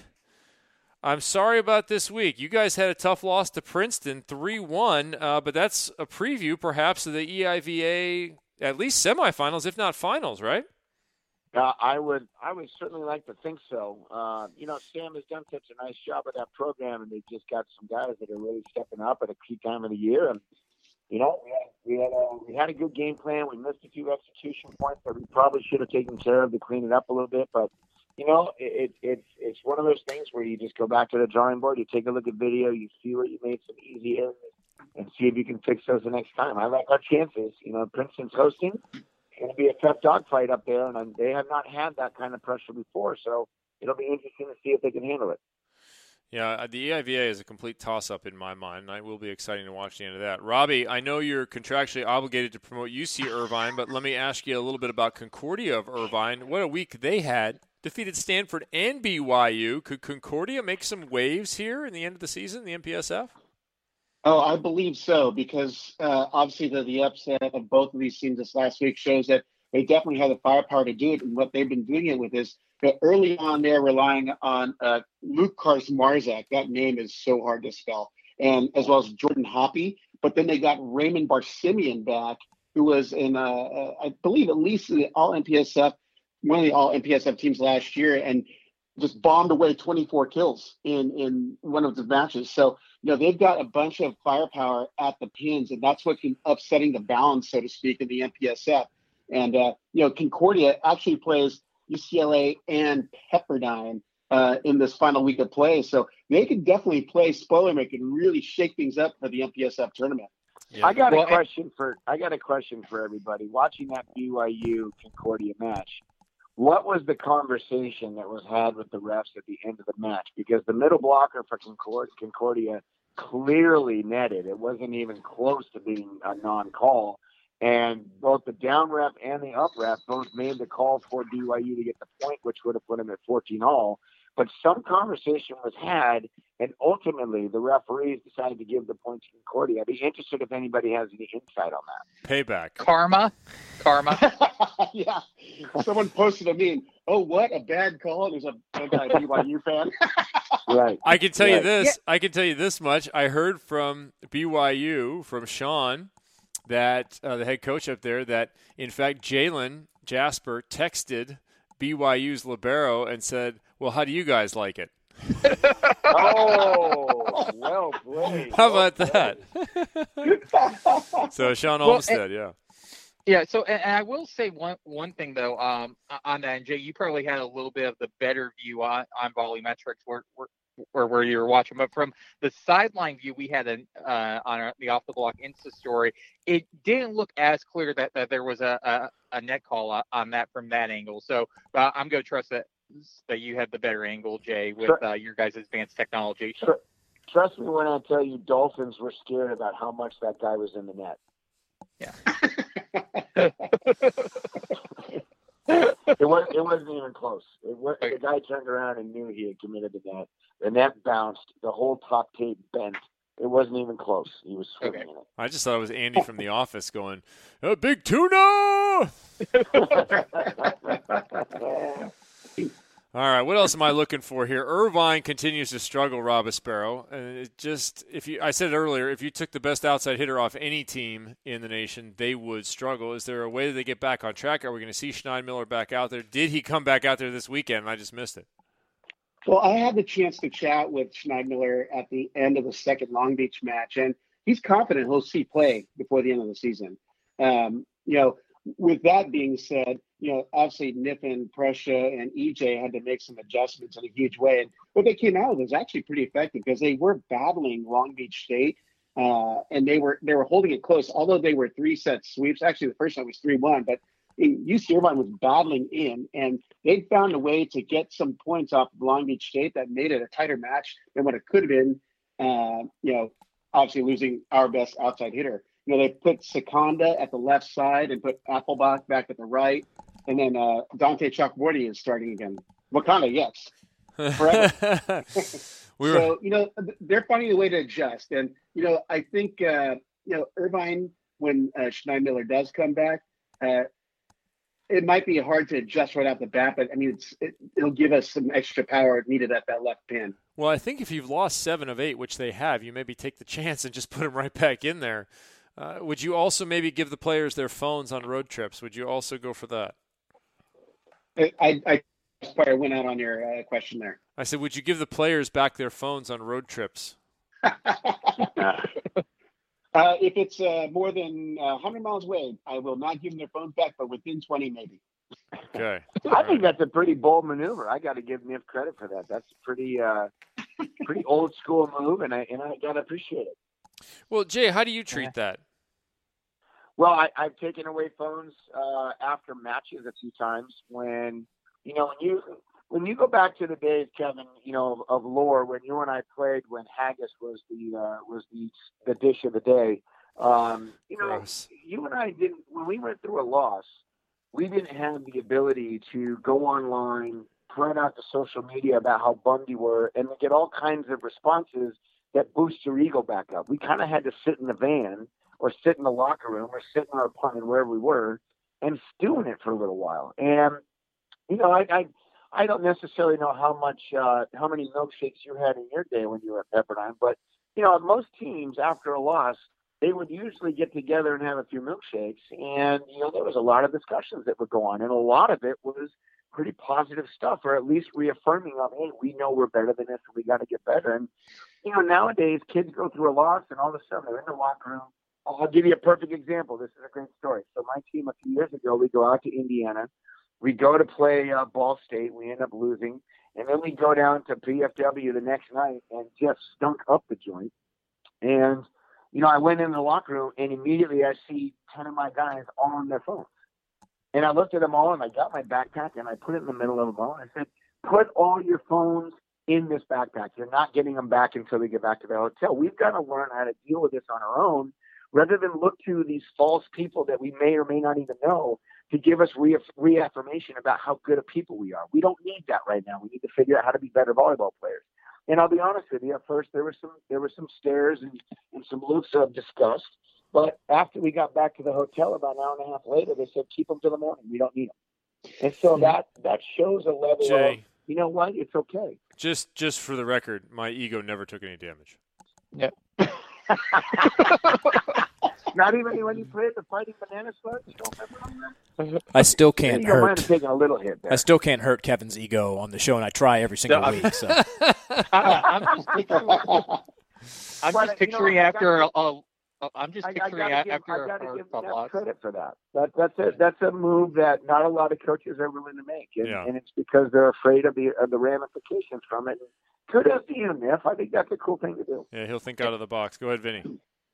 I'm sorry about this week. You guys had a tough loss to Princeton 3 1, uh, but that's a preview perhaps of the E EIVA, at least semifinals, if not finals, right? Uh, I would, I would certainly like to think so. Uh, you know, Sam has done such a nice job with that program, and they've just got some guys that are really stepping up at a key time of the year. And you know, we had, we had, a, we had a good game plan. We missed a few execution points that we probably should have taken care of to clean it up a little bit. But you know, it, it, it's it's one of those things where you just go back to the drawing board, you take a look at video, you see where you made some easy errors, and see if you can fix those the next time. I like our chances. You know, Princeton's hosting going to be a tough dogfight up there, and um, they have not had that kind of pressure before. So it'll be interesting to see if they can handle it. Yeah, uh, the EIVA is a complete toss up in my mind, and it will be exciting to watch the end of that. Robbie, I know you're contractually obligated to promote UC Irvine, but let me ask you a little bit about Concordia of Irvine. What a week they had. Defeated Stanford and BYU. Could Concordia make some waves here in the end of the season, the MPSF? Oh, I believe so because uh, obviously the, the upset of both of these teams this last week shows that they definitely have the firepower to do it. And what they've been doing it with is that early on they're relying on uh, Luke Marzak. That name is so hard to spell, and as well as Jordan Hoppy. But then they got Raymond Barsimian back, who was in uh, uh, I believe at least in the All NPSF, one of the All NPSF teams last year, and just bombed away 24 kills in in one of the matches. So you know they've got a bunch of firepower at the pins, and that's what's been upsetting the balance, so to speak, in the MPSF. And uh, you know Concordia actually plays UCLA and Pepperdine uh, in this final week of play, so they could definitely play spoilermaker and really shake things up for the MPSF tournament. [laughs] Yeah. I got Well, a question for I got a question for everybody watching that BYU Concordia match. What was the conversation that was had with the refs at the end of the match? Because the middle blocker for Concord, Concordia clearly netted. It wasn't even close to being a non-call. And both the down ref and the up ref both made the call for BYU to get the point, which would have put them at 14 all. But some conversation was had and ultimately, the referees decided to give the point to Concordia. I'd be interested if anybody has any insight on that. Payback. Karma, karma. yeah, someone posted a meme. Oh, what a bad call! There's a, a guy BYU [laughs] fan. Right. I can tell you Right. this. I can tell you this much. I heard from BYU from Sean that uh, the head coach up there that in fact Jalen Jasper texted BYU's libero and said, "Well, how do you guys like it? [laughs] Oh, well played. How about that?" so Sean Well, Olmstead, yeah. [laughs] Yeah. So, and, and I will say one one thing though, um, o- on that, and Jay, you probably had a little bit of the better view on on volumetrics where where, where, where you were watching, but from the sideline view we had an, uh, on our, the off the block Insta story, it didn't look as clear that, that there was a, a a net call o- on that from that angle. So uh, I'm gonna trust that that you had the better angle, Jay, with Sure. uh, your guys' advanced technology. Sure. Trust me when I tell you, Dolphins were scared about how much that guy was in the net. Yeah. it was. It wasn't even close. It was, the guy turned around and knew he had committed the net. The net bounced. The whole top tape bent. It wasn't even close. He was swimming Okay. in it. I just thought it was Andy from The Office going, "A big tuna." All right, what else am I looking for here? Irvine continues to struggle, Rob Sparrow. And it just if you I said it earlier, if you took the best outside hitter off any team in the nation, they would struggle. Is there a way that they get back on track? Are we gonna see Schneidmiller back out there? Did he come back out there this weekend? And I just missed it. Well, I had the chance to chat with Schneidmiller at the end of the second Long Beach match, and he's confident he'll see play before the end of the season. Um, you know, with that being said, you know, obviously Niffin, Prussia, and EJ had to make some adjustments in a huge way. And what they came out with was actually pretty effective because they were battling Long Beach State. Uh, and they were they were holding it close, although they were three set sweeps. Actually, the first one was three one, but UC Irvine was battling in, and they found a way to get some points off of Long Beach State that made it a tighter match than what it could have been. Uh, you know, obviously losing our best outside hitter. You know, they put Seconda at the left side and put Applebach back at the right, and then uh, Dante Chakraborty is starting again. Wakanda, yes, forever. we were so you know th- they're finding a way to adjust, and you know I think uh, you know Irvine when uh, Schneidmiller does come back, uh, it might be hard to adjust right off the bat, but I mean it's it, it'll give us some extra power needed at that left pin. well. I think if you've lost seven of eight, which they have, you maybe take the chance and just put them right back in there. Uh, would you also maybe give the players their phones on road trips? Would you also go for that? I I, I that's why I went out on your uh, question [laughs] there. I said, would you give the players back their phones on road trips? Ah. Uh, if it's uh, more than uh, 100 miles away, I will not give them their phones back, but within 20, maybe. Okay. I think that's a pretty bold maneuver. I got to give Niff credit for that. That's pretty, uh, pretty old school move, and I and I got to appreciate it. Well, Jay, how do you treat that? Well, I, I've taken away phones uh, after matches a few times when you know when you when you go back to the days, Kevin, you know of, of lore when you and I played when haggis was the uh, was the the dish of the day. Um, you know, Gross. you and I didn't when we went through a loss, we didn't have the ability to go online, print out the social media about how bummed you were, and get all kinds of responses that boost your ego back up. We kind of had to sit in the van or sit in the locker room or sit in our apartment wherever we were and stew in it for a little while. And you know, I I, I don't necessarily know how much uh, how many milkshakes you had in your day when you were at Pepperdine, but you know, most teams after a loss they would usually get together and have a few milkshakes. And, you know, there was a lot of discussions that would go on. And a lot of it was pretty positive stuff, or at least reaffirming of, hey, we know we're better than this and we got to get better. And, you know, nowadays kids go through a loss and all of a sudden they're in the locker room. Oh, I'll give you a perfect example. This is a great story. So, my team a few years ago, we go out to Indiana. We go to play uh, Ball State. We end up losing. And then we go down to PFW the next night and Jeff stunk up the joint. And you know, I went in the locker room and immediately I see 10 of my guys all on their phones. And I looked at them all and I got my backpack and I put it in the middle of them all. And I said, put all your phones in this backpack. You're not getting them back until we get back to the hotel. We've got to learn how to deal with this on our own rather than look to these false people that we may or may not even know to give us reaff- reaffirmation about how good of people we are. We don't need that right now. We need to figure out how to be better volleyball players. And I'll be honest with you, at first there was some there were some stares and and some looks of disgust. But after we got back to the hotel about an hour and a half later, they said, keep them till the morning. We don't need them. And so that, that shows a level of, Jay, you know what? It's okay. just just for the record, my ego never took any damage. Not even when you played the [laughs] Fighting Banana Sludge. You don't remember I still that? can't You might hurt. have taken a little hit there. I still can't hurt Kevin's ego on the show, and I try every single No, I'm- week. [laughs] So I, am just picturing, I'm But, you just know, picturing I after a, a, a- I'm just I, I picturing gotta a- give, after I a, gotta a, give a Neff loss. credit for that. That that's a that's a move that not a lot of coaches are willing to make, and, Yeah. and it's because they're afraid of the of the ramifications from it. Kudos to you, Neff. I think that's a cool thing to do. Yeah, he'll think out of the box. Go ahead, Vinny.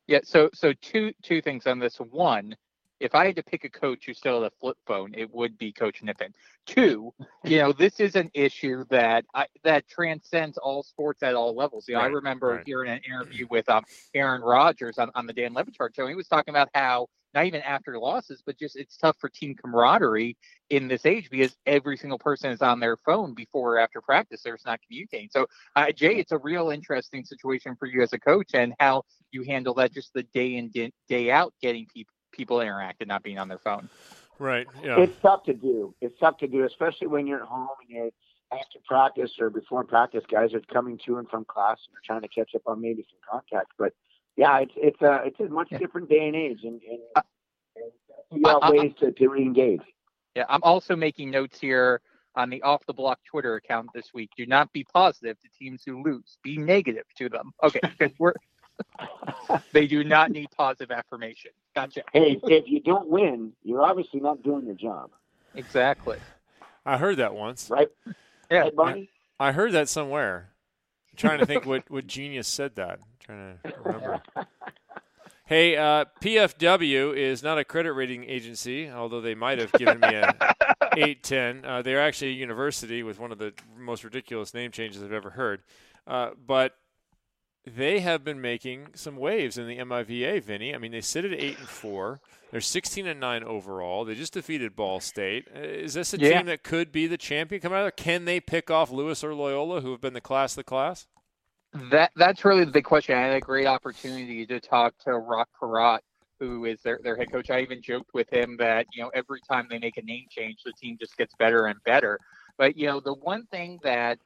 Yeah. So so two two things on this. One, if I had to pick a coach who still had a flip phone, it would be Coach Niffin. Two, you know, this is an issue that I, that transcends all sports at all levels. You know, I Right, remember right. hearing an interview with um Aaron Rodgers on, on the Dan Levitard show. He was talking about how not even after losses, but just it's tough for team camaraderie in this age because every single person is on their phone before or after practice. There's not communicating. So, uh, Jay, it's a real interesting situation for you as a coach and how you handle that just the day in di- day out getting people people interact and not being on their phone Right. Yeah. It's tough to do. It's tough to do, especially when you're at home and you're after practice or before practice. Guys are coming to and from class and they're trying to catch up on maybe some contact. But yeah, it's it's a it's a much Yeah. different day and age, and, and, Uh, and figure uh, out I- I- ways to, to reengage. yeah i'm also making notes here on the off the block twitter account this week do not be positive to teams who lose be negative to them okay 'cause we're [laughs] they do not need positive affirmation gotcha Hey, if you don't win, you're obviously not doing your job, exactly I heard that once. right? Yeah. Hey, Barney? I heard that somewhere. I'm trying to think what, what genius said that. I'm trying to remember. Hey, uh, PFW is not a credit rating agency, although they might have given me an 810. Uh, they're actually a university with one of the most ridiculous name changes I've ever heard. Uh, but they have been making some waves in the MIVA, Vinny. I mean, they sit at 8 and 4. They're 16 and 9 overall. They just defeated Ball State. Uh, Is this a Yeah. team that could be the champion coming out of there? Can they pick off Lewis or Loyola, who have been the class of the class? That that's really the big question. I had a great opportunity to talk to Rock Perot, who is their, their head coach. I even joked with him that you know every time they make a name change, the team just gets better and better. But you know the one thing that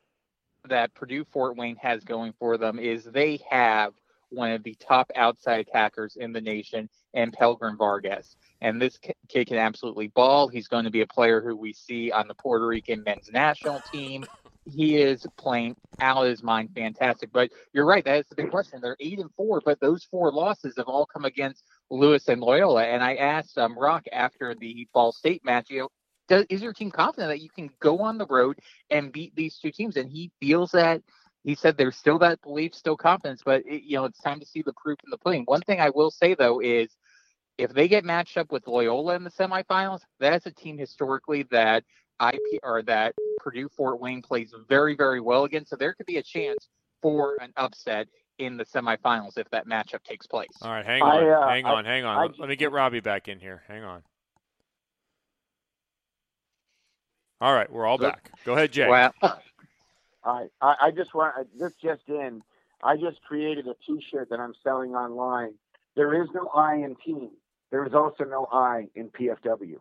that Purdue Fort Wayne has going for them is they have one of the top outside attackers in the nation, and Pelgrim Vargas. And this ki- kid can absolutely ball. He's going to be a player who we see on the Puerto Rican men's national team. He is playing out of his mind, fantastic. But you're right, that is the big question. They're eight and four, but those four losses have all come against Lewis and Loyola. And I asked um, Rock after the Ball State match, you know, does, is your team confident that you can go on the road and beat these two teams? And he feels that he said there's still that belief, still confidence, but it, you know it's time to see the proof in the pudding. One thing I will say though is if they get matched up with Loyola in the semifinals, that's a team historically that IP or that Purdue Fort Wayne plays very very well against. So there could be a chance for an upset in the semifinals if that matchup takes place. All right, hang I, on, uh, hang I- on, hang on. I Let- ju- Let me get Robbie back in here. Hang on. All right, we're all Look- back. Go ahead, Jay. Wow. I, I I just want I- this just in. I just created a T-shirt that I'm selling online. There is no I in team. There is also no I in PFW.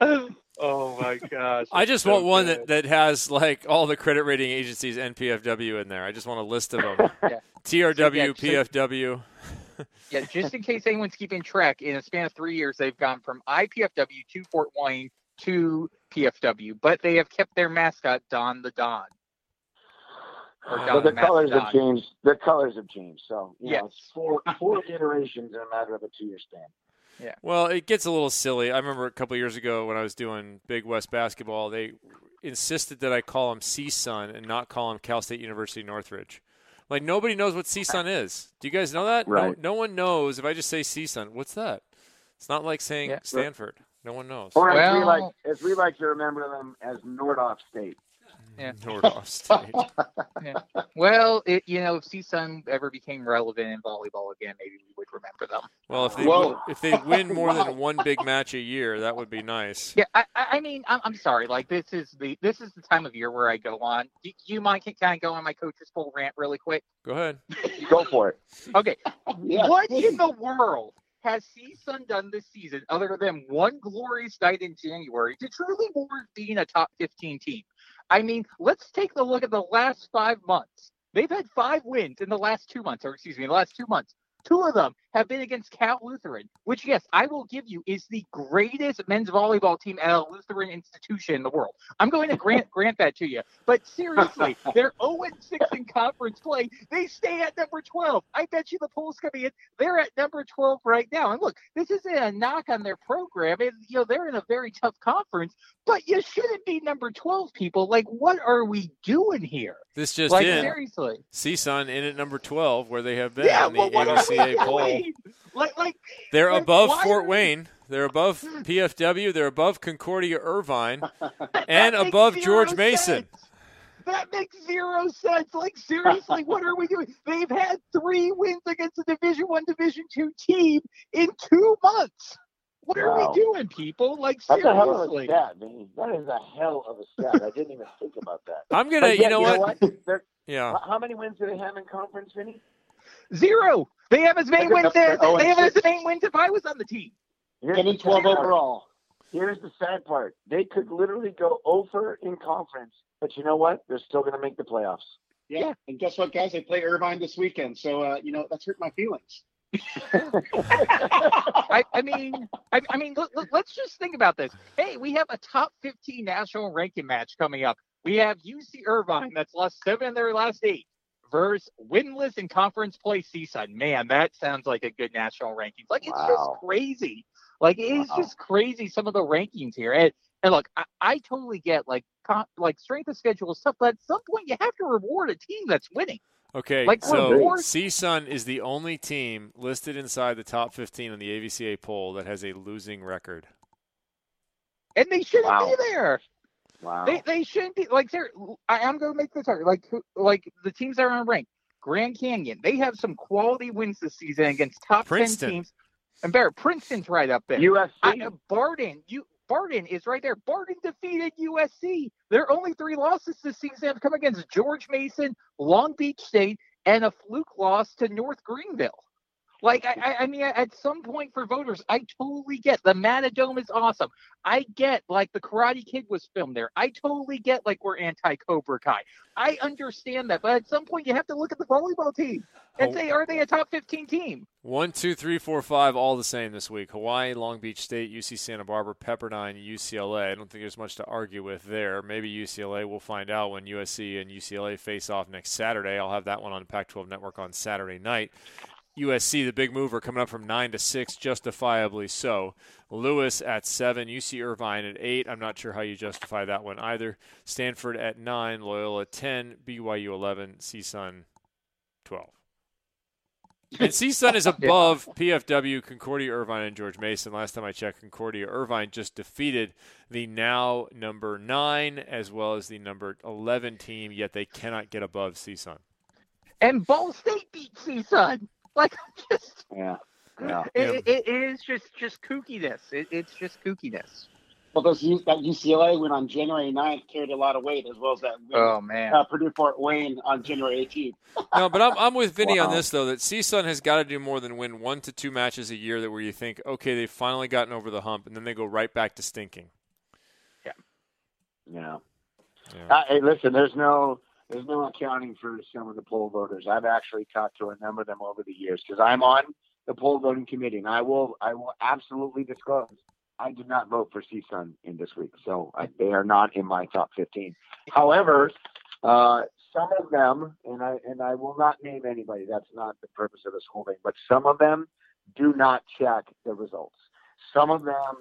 [laughs] oh my gosh! I just want one that, that has like all the credit rating agencies and PFW in there. I just want a list [laughs] of them. TRW, PFW. Yeah, just in case anyone's keeping track, in a span of three years, they've gone from IPFW to Fort Wayne to PFW, but they have kept their mascot Don the Don. Or Don Uh, But the Mastodon. colors have changed. The colors have changed. So you Yes. know, it's [laughs] four four iterations in a matter of a two-year span. Well, it gets a little silly. I remember a couple years ago when I was doing Big West basketball, they insisted that I call him CSUN and not call him Cal State University Northridge. Like nobody knows what CSUN is. Do you guys know that? No- Right. No, one knows. If I just say CSUN, what's that? It's not like saying Yeah. Stanford. No one knows. [laughs] Or as we like as we like to remember them as Nordoff State. Yeah. Nordoff State. Yeah. Well, it, you know, if CSUN ever became relevant in volleyball again, maybe we would remember them. Well, if they Whoa. if they win more than one big match a year, that would be nice. Yeah, I, I I mean, I'm, I'm sorry. Like this is the this is the time of year where I go on. Do you mind? Can, can I go on my coach's poll rant really quick? Go ahead. Go for it. Okay. What in the world has CSUN done this season other than one glorious night in January to truly warrant being a top 15 team? I mean, let's take a look at the last five months. They've had five wins in the last two months, or excuse me, the last two months. Two of them have been against Cal Lutheran, which, yes, I will give you, is the greatest men's volleyball team at a Lutheran institution in the world. I'm going to grant grant that to you. But seriously, they're 0 6 in conference play. They stay at number 12. I bet you the polls could be in. They're at number 12 right now. And look, this isn't a knock on their program. It, you know, they're in a very tough conference, but you shouldn't be number 12, people. Like, what are we doing here? This just like, in. seriously. CSUN in at number twelve, where they have been Yeah, in the well, what are we ABCA poll. doing? Like, like, They're like, above why Fort are- Wayne. They're above PFW. They're above Concordia [laughs] Irvine, and makes above zero George sense. Mason. That makes zero sense. Like [laughs] seriously, what are we doing? They've had three wins against a Division One, Division Two team in two months. What are Wow. we doing, people? Like That's a hell of a [laughs] seriously. stat, man. That is a hell of a stat. I didn't even think about that. I'm gonna. But [laughs] you yet, know what? [laughs] They're- Oh. Yeah. How- How many wins do they have in conference, Vinny? Zero. They have as many They're wins. up there, As, oh, and they have as six. many wins if I was on the team. Here's Ten and the twelve sad part. overall. Here's the sad part. They could literally go over in conference, but you know what? They're still going to make the playoffs. Yeah. And guess what, guys? They play Irvine this weekend, so uh, you know that's hurt my feelings. I, I mean, I, I mean, look, look, let's just think about this. Hey, we have a top 15 national ranking match coming up. We have UC Irvine that's lost seven in their last eight versus winless in conference play Seaside. Man, that sounds like a good national rankings. Like it's Wow. just crazy. Like it's just crazy some of the rankings here. And and look, I, I totally get like con- like strength of schedule is tough, but at some point you have to reward a team that's winning. Okay, Like, we're so fourth. CSUN is the only team listed inside the top 15 on the AVCA poll that has a losing record. and they shouldn't Wow. be there. Wow. They, they shouldn't be like they're. I, I'm gonna make this hard. Like who- like the teams that are on rank, Grand Canyon. They have some quality wins this season against top Princeton. ten teams. And Barrett, Princeton's right up there. USC. I, uh, Barden, you Barden is right there. Barden defeated USC. Their only three losses this season have come against George Mason, Long Beach State, and a fluke loss to North Greenville. Like I, I, I mean, at some point for voters, I totally get the Matadome is awesome. I get like the Karate Kid was filmed there. I totally get like we're anti Cobra Kai. I understand that, but at some point you have to look at the volleyball team and Oh. say, are they a top fifteen team? One, two, three, four, five, all the same this week. Hawaii, Long Beach State, UC Santa Barbara, Pepperdine, UCLA. I don't think there's much to argue with there. Maybe UCLA. We'll find out when USC and UCLA face off next Saturday. I'll have that one on Pac 12 Network on Saturday night. USC, the big mover, coming up from 9 to 6, justifiably so. Lewis at 7, UC Irvine at 8. I'm not sure how you justify that one either. Stanford at 9, Loyola 10, BYU 11, CSUN 12. And CSUN is above PFW, Concordia Irvine, and George Mason. Last time I checked, Concordia Irvine just defeated the now number 9 as well as the number 11 team, yet they cannot get above CSUN. And Ball State beat CSUN. Like I'm just Yeah. Yeah. It, it, it is just just kookiness. It, it's just kookiness. Well, those, that UCLA win on January 9th carried a lot of weight, as well as that win, Oh, man. Uh, Purdue Fort Wayne on January 18th. no, but I'm, I'm with Vinny on Wow. this though that CSUN has got to do more than win one to two matches a year that where you think okay they've finally gotten over the hump and then they go right back to stinking. Yeah. Yeah. Uh, hey, listen, there's no there's no accounting for some of the poll voters. I've actually talked to a number of them over the years because I'm on the poll voting committee, and I will I will absolutely disclose I did not vote for CSUN in this week, so I, they are not in my top 15. However, uh, some of them, and I and I will not name anybody. That's not the purpose of this whole thing. But some of them do not check the results. Some of them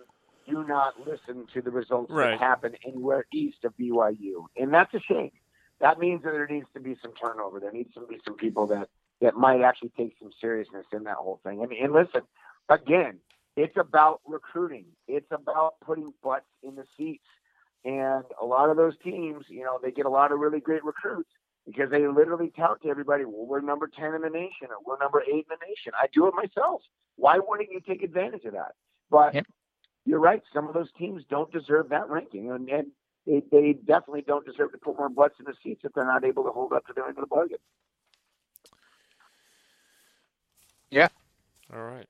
do not listen to the results Right. that happen anywhere east of BYU, and that's a shame. That means that there needs to be some turnover. There needs to be some people that that might actually take some seriousness in that whole thing. I mean, and listen, again, it's about recruiting. It's about putting butts in the seats. And a lot of those teams, you know, they get a lot of really great recruits because they literally tout to everybody, well, we're number 10 in the nation or we're number 8 in the nation. I do it myself. Why wouldn't you take advantage of that? But you're right. Some of those teams don't deserve that ranking. And, and they, they definitely don't deserve to put more butts in the seats if they're not able to hold up to their end of the bargain. Yeah. All right.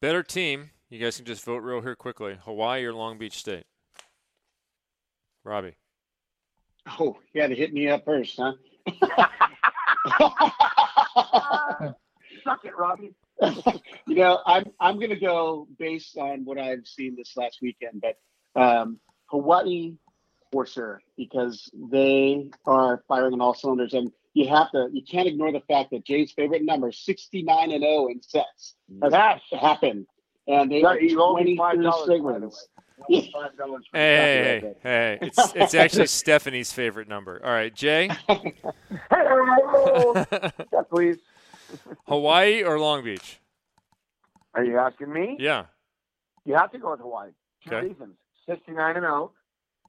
Better team. You guys can just vote real here quickly. Hawaii or Long Beach State. Robbie. Oh, you had to hit me up first, huh? [laughs] Suck it, Robbie. [laughs] you know, I'm I'm gonna go based on what I've seen this last weekend, but um, Hawaii for sure because they are firing on all cylinders, and you have to you can't ignore the fact that Jay's favorite number, 69 and 0 in sets, has happened, and they are Yeah, you owe me 22 $5, straight by the wins. way. $5 for the [laughs] Hey, copyright hey, hey, hey. It's, it's actually Stephanie's favorite number. All [laughs] right, Jay. Oh. there. Hey, [laughs] yeah, please. Hawaii or Long Beach? Are you asking me? Yeah. You have to go with Hawaii. Two Okay. reasons: sixty-nine and zero,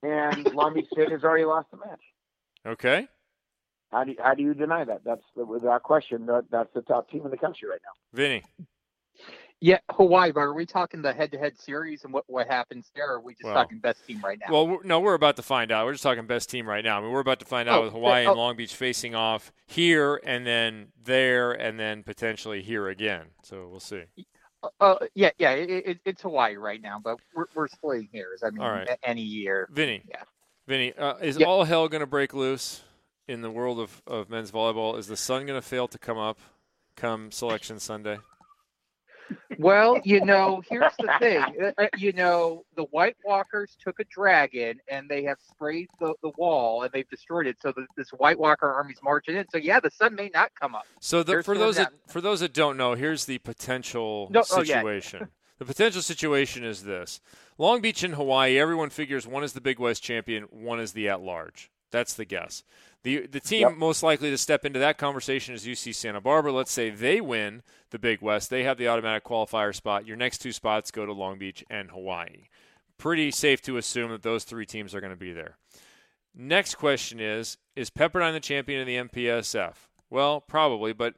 and Long Beach State has already lost the match. Okay. How do you, how do you deny that? That's the, without question. That, that's the top team in the country right now. Vinny. Yeah, Hawaii. But are we talking the head-to-head series and what what happens there? Or are we just Well, talking best team right now? Well, we're, no, we're about to find out. We're just talking best team right now. I mean, we're about to find out Oh, with Hawaii that- and oh. Long Beach facing off here and then there and then potentially here again. So we'll see. uh, yeah, yeah. It, it, it's Hawaii right now, but we're we're splitting hairs. I mean, All right. a- any year. Vinny. Yeah. Vinny, uh, is Yeah. all hell going to break loose in the world of, of men's volleyball? Is the sun going to fail to come up come selection Sunday? Well, you know, here's the thing. Uh, uh, You know, the White Walkers took a dragon and they have sprayed the, the wall and they've destroyed it. So the, this White Walker army's marching in. So yeah, the sun may not come up. So the, There's for no those that, doubt. for those that don't know, here's the potential No, oh, yeah, yeah. situation. [laughs] The potential situation is this: Long Beach and Hawaii. Everyone figures one is the Big West champion, one is the at large. That's the guess. The the team most likely to step into that conversation is UC Santa Barbara. Let's say they win the Big West. They have the automatic qualifier spot. Your next two spots go to Long Beach and Hawaii. Pretty safe to assume that those three teams are going to be there. Next question is Is Pepperdine the champion of the MPSF? Well, probably, but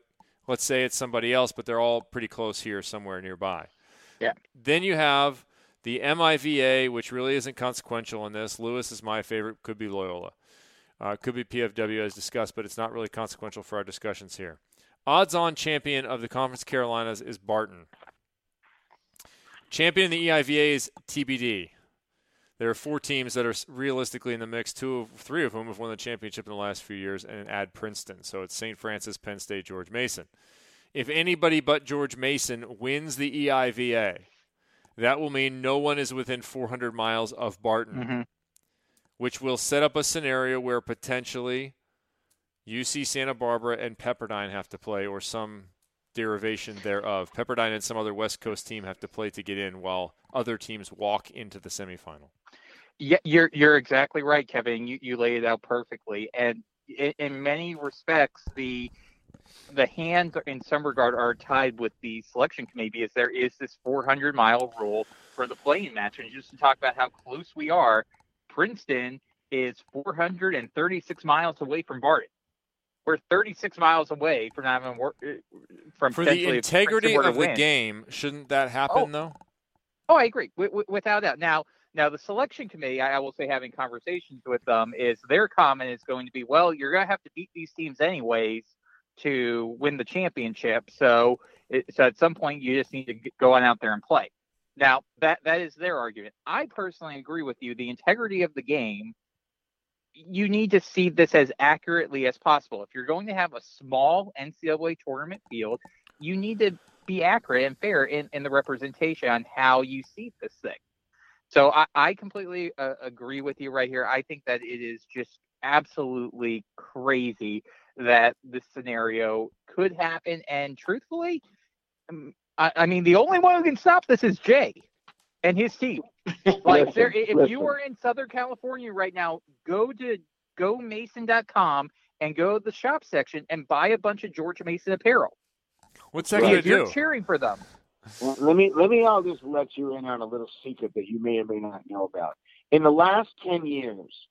let's say it's somebody else, but they're all pretty close here somewhere nearby. Yeah. Then you have the MIVA, which really isn't consequential in this. Lewis is my favorite, could be Loyola. Uh, could be PFW as discussed, but it's not really consequential for our discussions here. Odds on champion of the Conference Carolinas is Barton. Champion in the E EIVA is TBD. There are four teams that are s- realistically in the mix. Two of three of whom have won the championship in the last few years, and add Princeton. So it's St. Francis, Penn State, George Mason. If anybody but George Mason wins the E EIVA, that will mean no one is within 400 miles of Mm-hmm. Barton, which will set up a scenario where potentially UC Santa Barbara and Pepperdine have to play, or some derivation thereof. Pepperdine and some other West Coast team have to play to get in, while other teams walk into the semifinal. Yeah, you're you're exactly right, Kevin. You you laid it out perfectly, and in, in many respects, the the hands are- in some regard are tied with the selection committee because there is this 400 mile rule for the playing match, and just to talk about how close we are, Princeton is 436 miles away from Barton. We're 36 miles away from having wor- uh, from For the potentially if Princeton integrity were to of the win. game, shouldn't that happen Oh. though? Oh, I agree w- w- without that. Now, now the selection committee, I, I will say, having conversations with them is their comment is going to be, well, you're going to have to beat these teams anyways to win the championship. So, it, so at some point, you just need to g- go on out there and play. Now, that that is their argument. I personally agree with you. The integrity of the game, you need to see this as accurately as possible. If you're going to have a small NCAA tournament field, you need to be accurate and fair in, in the representation on how you see this thing. So I, I completely uh, agree with you right here. I think that it is just absolutely crazy that this scenario could happen. And truthfully, um, I, I mean, the only one who can stop this is Jay and [laughs] his team. Like, there, i- if you listen. were in Southern California right now, go to gomason.com and go to the shop section and buy a bunch of George Mason apparel. What's that gonna Because you're do? cheering for them. Well, let me let me all just let you in on a little secret that you may or may not know about. In the last ten years,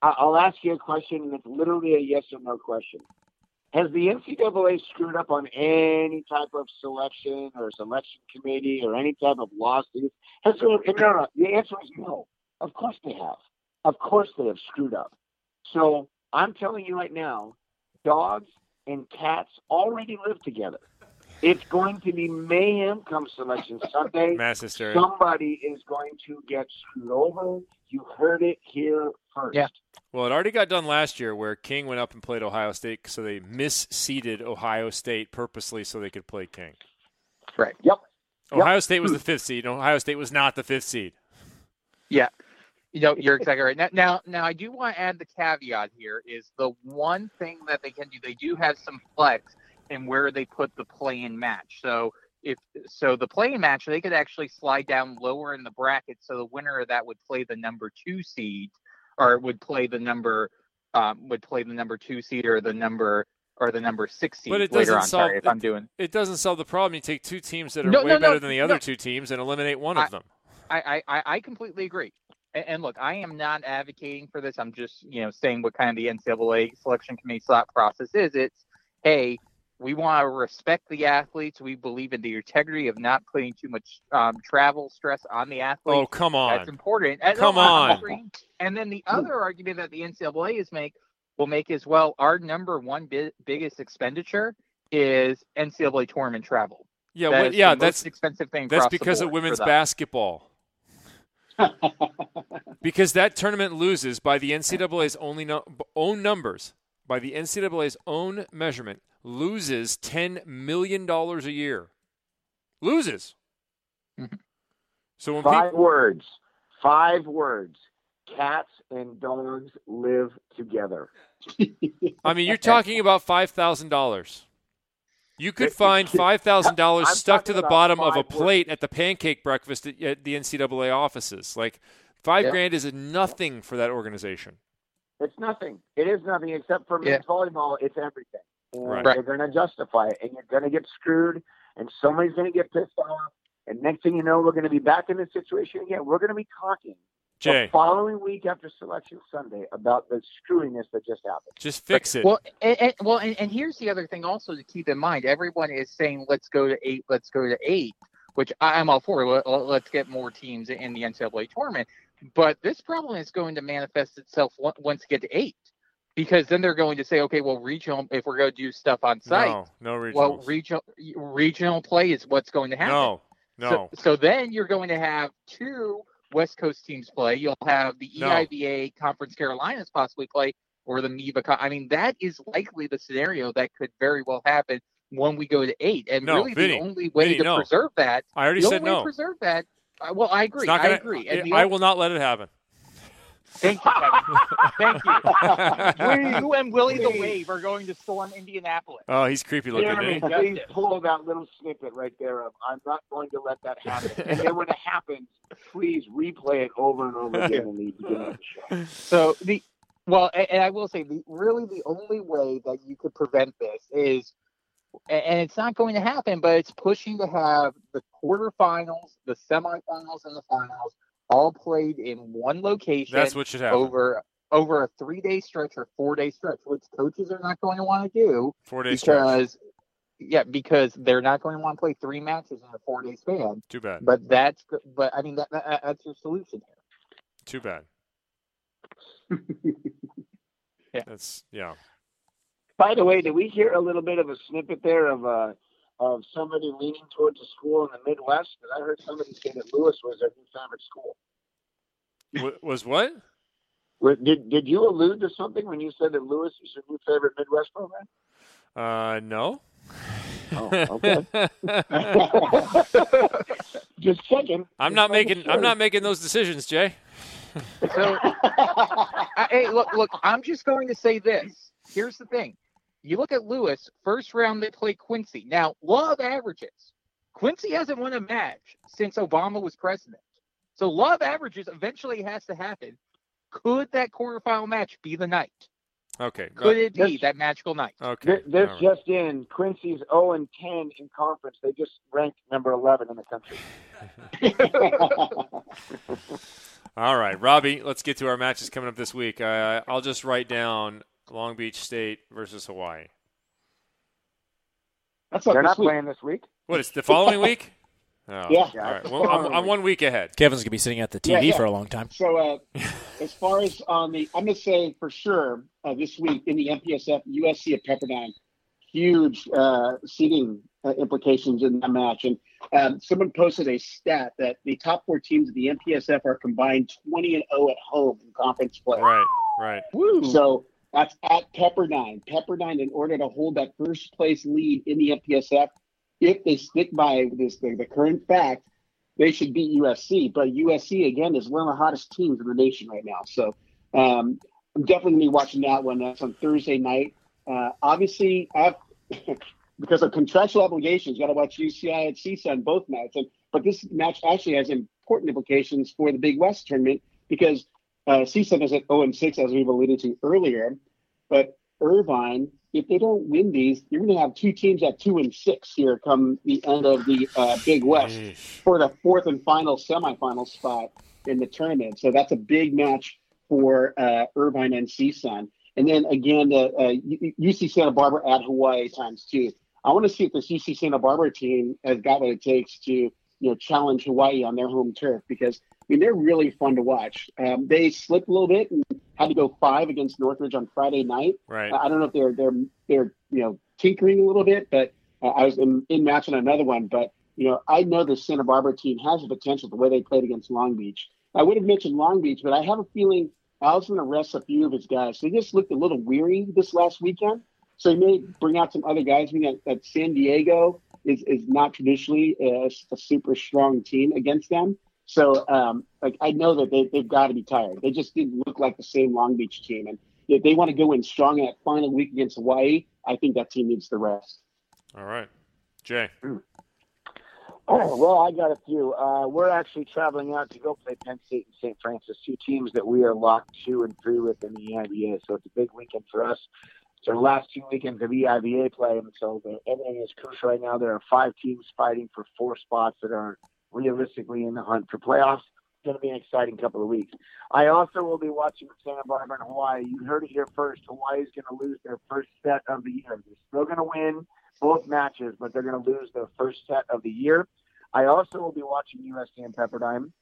I- I'll ask you a question, and it's literally a yes or no question. Has the NCAA screwed up on any type of selection or selection committee or any type of lawsuit? Has there, no, no, the answer is no. Of course they have. Of course they have screwed up. So I'm telling you right now, dogs and cats already live together. It's going to be mayhem come selection Sunday. Mass hysteria. Somebody is going to get screwed over. You heard it here first. Yeah. Well, it already got done last year where King went up and played Ohio State, so they misseeded Ohio State purposely so they could play King. Right. Yep. Ohio State was the fifth seed. and Ohio State was not the fifth seed. Yeah. You know, you're exactly right. Now, now, now, I do want to add the caveat here is the one thing that they can do. They do have some flex in where they put the play-in match. So if so, the play-in match they could actually slide down lower in the bracket. So the winner of that would play the number two seed, or would play the number um, would play the number two seed or the number or the number six seed But it later doesn't on. solve Sorry if it- I'm doing. It doesn't solve the problem. You take two teams that are No, way no, no, better than the other no. two teams and eliminate one I- of them. I, I, I- I completely agree. And, and look, I am not advocating for this. I'm just, you know, saying what kind of the NCAA selection committee slot process is. It's, hey, we want to respect the athletes. We believe in the integrity of not putting too much um, travel stress on the athletes. Oh, come That's on. important. And- Come on. And then the other argument that the NCAA is make will make is well, our number one bi- biggest expenditure is NCAA tournament travel. Yeah, That well, is the yeah, most that's expensive thing. that's across the because of board for women's them. [laughs] basketball. because that tournament loses by the NCAA's only no, own numbers, by the NCAA's own measurement, loses ten million dollars a year. Loses. So when people, Five words. Five words. Cats and dogs live together. I mean, you're talking about five thousand dollars. You could find five thousand dollars I'm stuck to talking the about bottom of a five words. plate at the pancake breakfast at, at the NCAA offices. Like five Yeah. grand is nothing for that organization. It's nothing. It is nothing except for men's volleyball. It's everything. And Right. They're going to justify it, and you're going to get screwed, and somebody's going to get pissed off. And next thing you know, we're going to be back in this situation again. We're going to be talking Jay, the following week after Selection Sunday about the screwiness that just happened. just fix it. Well, and, and, well, and, and here's the other thing also to keep in mind. Everyone is saying, let's go to eight, let's go to eight, which I- I'm all for. Let, us get more teams in the NCAA tournament. But this problem is going to manifest itself on- once you get to eight, because then they're going to say, okay, well, regional, if we're going to do stuff on site, no, no regionals. well, regional, regional play is what's going to happen. no, no. So, so then you're going to have two West Coast teams play. You'll have the E No. EIVA Conference Carolinas possibly play, or the MEVA. Con- I mean, that is likely the scenario that could very well happen when we go to eight. And No, really, Vinny, the only way Vinny, to no. preserve that, I already the said only way no. to preserve that. Uh, well, I agree. It's not gonna, I agree. And the I, I only- will not let it happen. [laughs] Thank you. Kevin. Thank you. [laughs] you and Willie the Wave are going to storm Indianapolis. Oh, he's creepy looking. Jeremy, isn't he? please pull that little snippet right there of "I'm not going to let that happen." and then when it happens, please replay it over and over again in the beginning of the show. So the well, a- and, I will say the really the only way that you could prevent this is, a- and it's not going to happen, but it's pushing to have the quarterfinals, the semifinals, and the finals all played in one location That's what should happen. over over a three day stretch or four day stretch, which coaches are not going to want to do Four days. because yeah, because they're not going to want to play three matches in a four day span. Too bad. But that's but I mean that, that that's your solution here. Too bad. [laughs] Yeah. That's yeah. By the way, did we hear a little bit of a snippet there of uh, of somebody leaning towards a school in the Midwest? Because I heard somebody say that Lewis was their new favorite school. Wa- was what? Wa- Did did you allude to something when you said that Lewis is your new favorite Midwest program? Uh, no. [laughs] Oh, okay. [laughs] Just checking. [laughs] I'm Just not making making. I'm sure. not making those decisions, Jay. So, I, hey, look, look. I'm just going to say this. Here's the thing. You look at Lewis. First round, they play Quincy. Now, law of averages. Quincy hasn't won a match since Obama was president. So, law of averages eventually has to happen. Could that quarterfinal match be the night? Okay. go- Could it be That's- that magical night? Okay. Th- This all right. just in: Quincy's 0 and 10 in conference. They just ranked number 11 in the country. [laughs] All right, Robbie. Let's get to our matches coming up this week. Uh, I'll just write down Long Beach State versus Hawaii. That's They're not not this week. playing this week. What is the following week? Oh, [laughs] Yeah. All right. Well, I'm, I'm one week ahead. Kevin's gonna be sitting at the TV Yeah, yeah. for a long time. So, uh, as far as on the, I'm going to say for sure uh, this week in the MPSF, USC at Pepperdine, huge uh, seating uh, implications in that match. And um, someone posted a stat that the top four teams of the MPSF are combined 20 and 0 at home in conference play. Right. Right. So that's at Pepperdine. Pepperdine, in order to hold that first place lead in the FPSF, if they stick by this the, the current fact, they should beat USC. But USC again is one of the hottest teams in the nation right now. So um, I'm definitely gonna be watching that one. That's on Thursday night. Uh, obviously, I've, [laughs] because of contractual obligations, got to watch UCI at CSUN both nights. And, but this match actually has important implications for the Big West tournament because uh, CSUN is at 0 and 6, as we've alluded to earlier. But Irvine, if they don't win these, you're going to have two teams at 2 and 6 here come the end of the uh, Big West Yeesh. for the fourth and final semifinal spot in the tournament. So that's a big match for uh, Irvine and CSUN. And then again, the uh, U- U- UC Santa Barbara at Hawaii times two. I want to see if this UC Santa Barbara team has got what it takes to you know challenge Hawaii on their home turf because I mean they're really fun to watch. Um, they slipped a little bit and had to go five against Northridge on Friday night. Right. I I don't know if they're they're they're you know tinkering a little bit, but uh, I was in, in match on another one. But you know, I know the Santa Barbara team has the potential the way they played against Long Beach. I would have mentioned Long Beach, but I have a feeling Allison to rest a few of his guys. They just looked a little weary this last weekend, so he may bring out some other guys. I mean, that, that San Diego is is not traditionally a, a super strong team against them. So, um, like, I know that they, they've got to be tired. They just didn't look like the same Long Beach team. And if they want to go in strong in that final week against Hawaii, I think that team needs the rest. All right. Jay. Uh, [clears throat] well, I got a few. Uh, we're actually traveling out to go play Penn State and St. Francis, two teams that we are locked two and three with in the EIBA. So it's a big weekend for us. It's our last two weekends of E EIBA play, and so the, everything is crucial right now. There are five teams fighting for four spots that are realistically in the hunt for playoffs. It's going to be an exciting couple of weeks. I also will be watching Santa Barbara and Hawaii. You heard it here first. Hawaii is going to lose their first set of the year. They're still going to win both matches, but they're going to lose their first set of the year. I also will be watching USC and Pepperdine.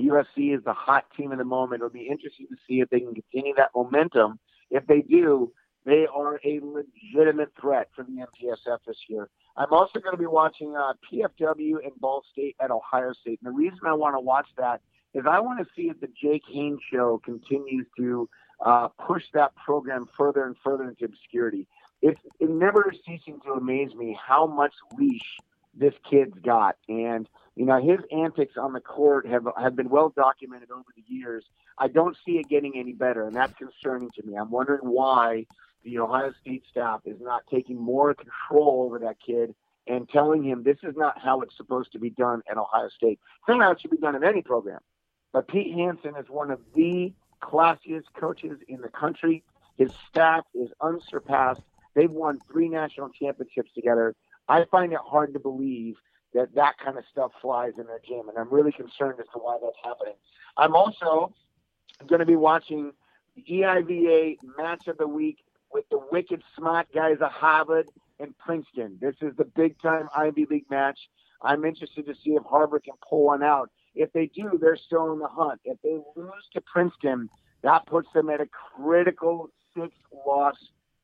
USC is the hot team at the moment. It'll be interesting to see if they can continue that momentum. If they do, they are a legitimate threat for the MTSF this year. I'm also going to be watching uh, PFW and Ball State at Ohio State. And the reason I want to watch that is I want to see if the Jake Haynes show continues to uh, push that program further and further into obscurity. It's it never is ceasing to amaze me how much leash this kid's got. And, you know, his antics on the court have, have been well documented over the years. I don't see it getting any better, and that's concerning to me. I'm wondering why the Ohio State staff is not taking more control over that kid and telling him this is not how it's supposed to be done at Ohio State. It's not how it should be done in any program. But Pete Hansen is one of the classiest coaches in the country. His staff is unsurpassed. They've won three national championships together. I find it hard to believe that that kind of stuff flies in their gym, and I'm really concerned as to why that's happening. I'm also going to be watching the E EIVA match of the week with the wicked smart guys of Harvard and Princeton. This is the big time Ivy League match. I'm interested to see if Harvard can pull one out. If they do, they're still in the hunt. If they lose to Princeton, that puts them at a critical six loss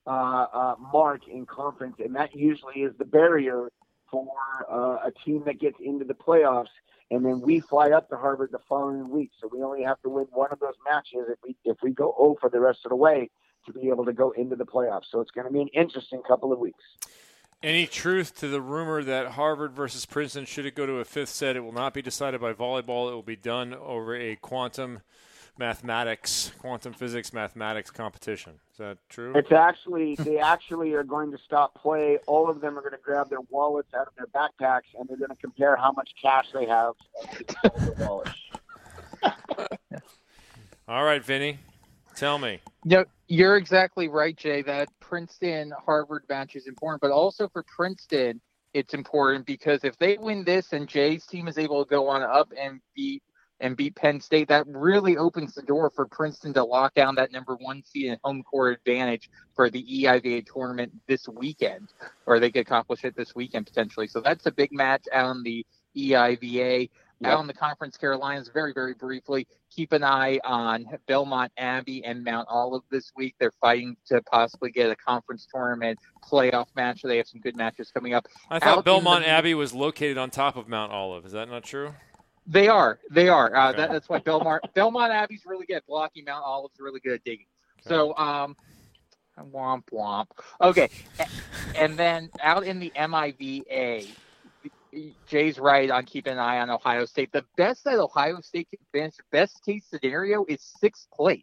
uh, uh, mark in conference, and that usually is the barrier for uh, a team that gets into the playoffs. And then we fly up to Harvard the following week, so we only have to win one of those matches if we if we go 0 for the rest of the way to be able to go into the playoffs. So it's going to be an interesting couple of weeks. Any truth to the rumor that Harvard versus Princeton, should it go to a fifth set, it will not be decided by volleyball. It will be done over a quantum mathematics, quantum physics mathematics competition. Is that true? It's actually they actually are going to stop play. All of them are going to grab their wallets out of their backpacks and they're going to compare how much cash they have. the wallet. All right, Vinny, tell me. No, you're exactly right, Jay. That Princeton Harvard match is important, but also for Princeton, it's important because if they win this and Jay's team is able to go on up and beat and beat Penn State, that really opens the door for Princeton to lock down that number one seed and home court advantage for the E EIVA tournament this weekend, or they could accomplish it this weekend potentially. So that's a big match out on the E EIVA. Out in the Conference Carolinas, very, very briefly, keep an eye on Belmont Abbey and Mount Olive this week. They're fighting to possibly get a conference tournament playoff match. They have some good matches coming up. Out I in thought the- Belmont Abbey was located on top of Mount Olive. Is that not true? They are. They are. Uh, Okay. that, that's why Belmont Belmont Abbey's really good. Blocky Mount Olive's really good at digging. So um, womp womp. Okay, A- and then out in the MIVA, Jay's right on keeping an eye on Ohio State. The best that Ohio State can finish, best case scenario, is sixth place.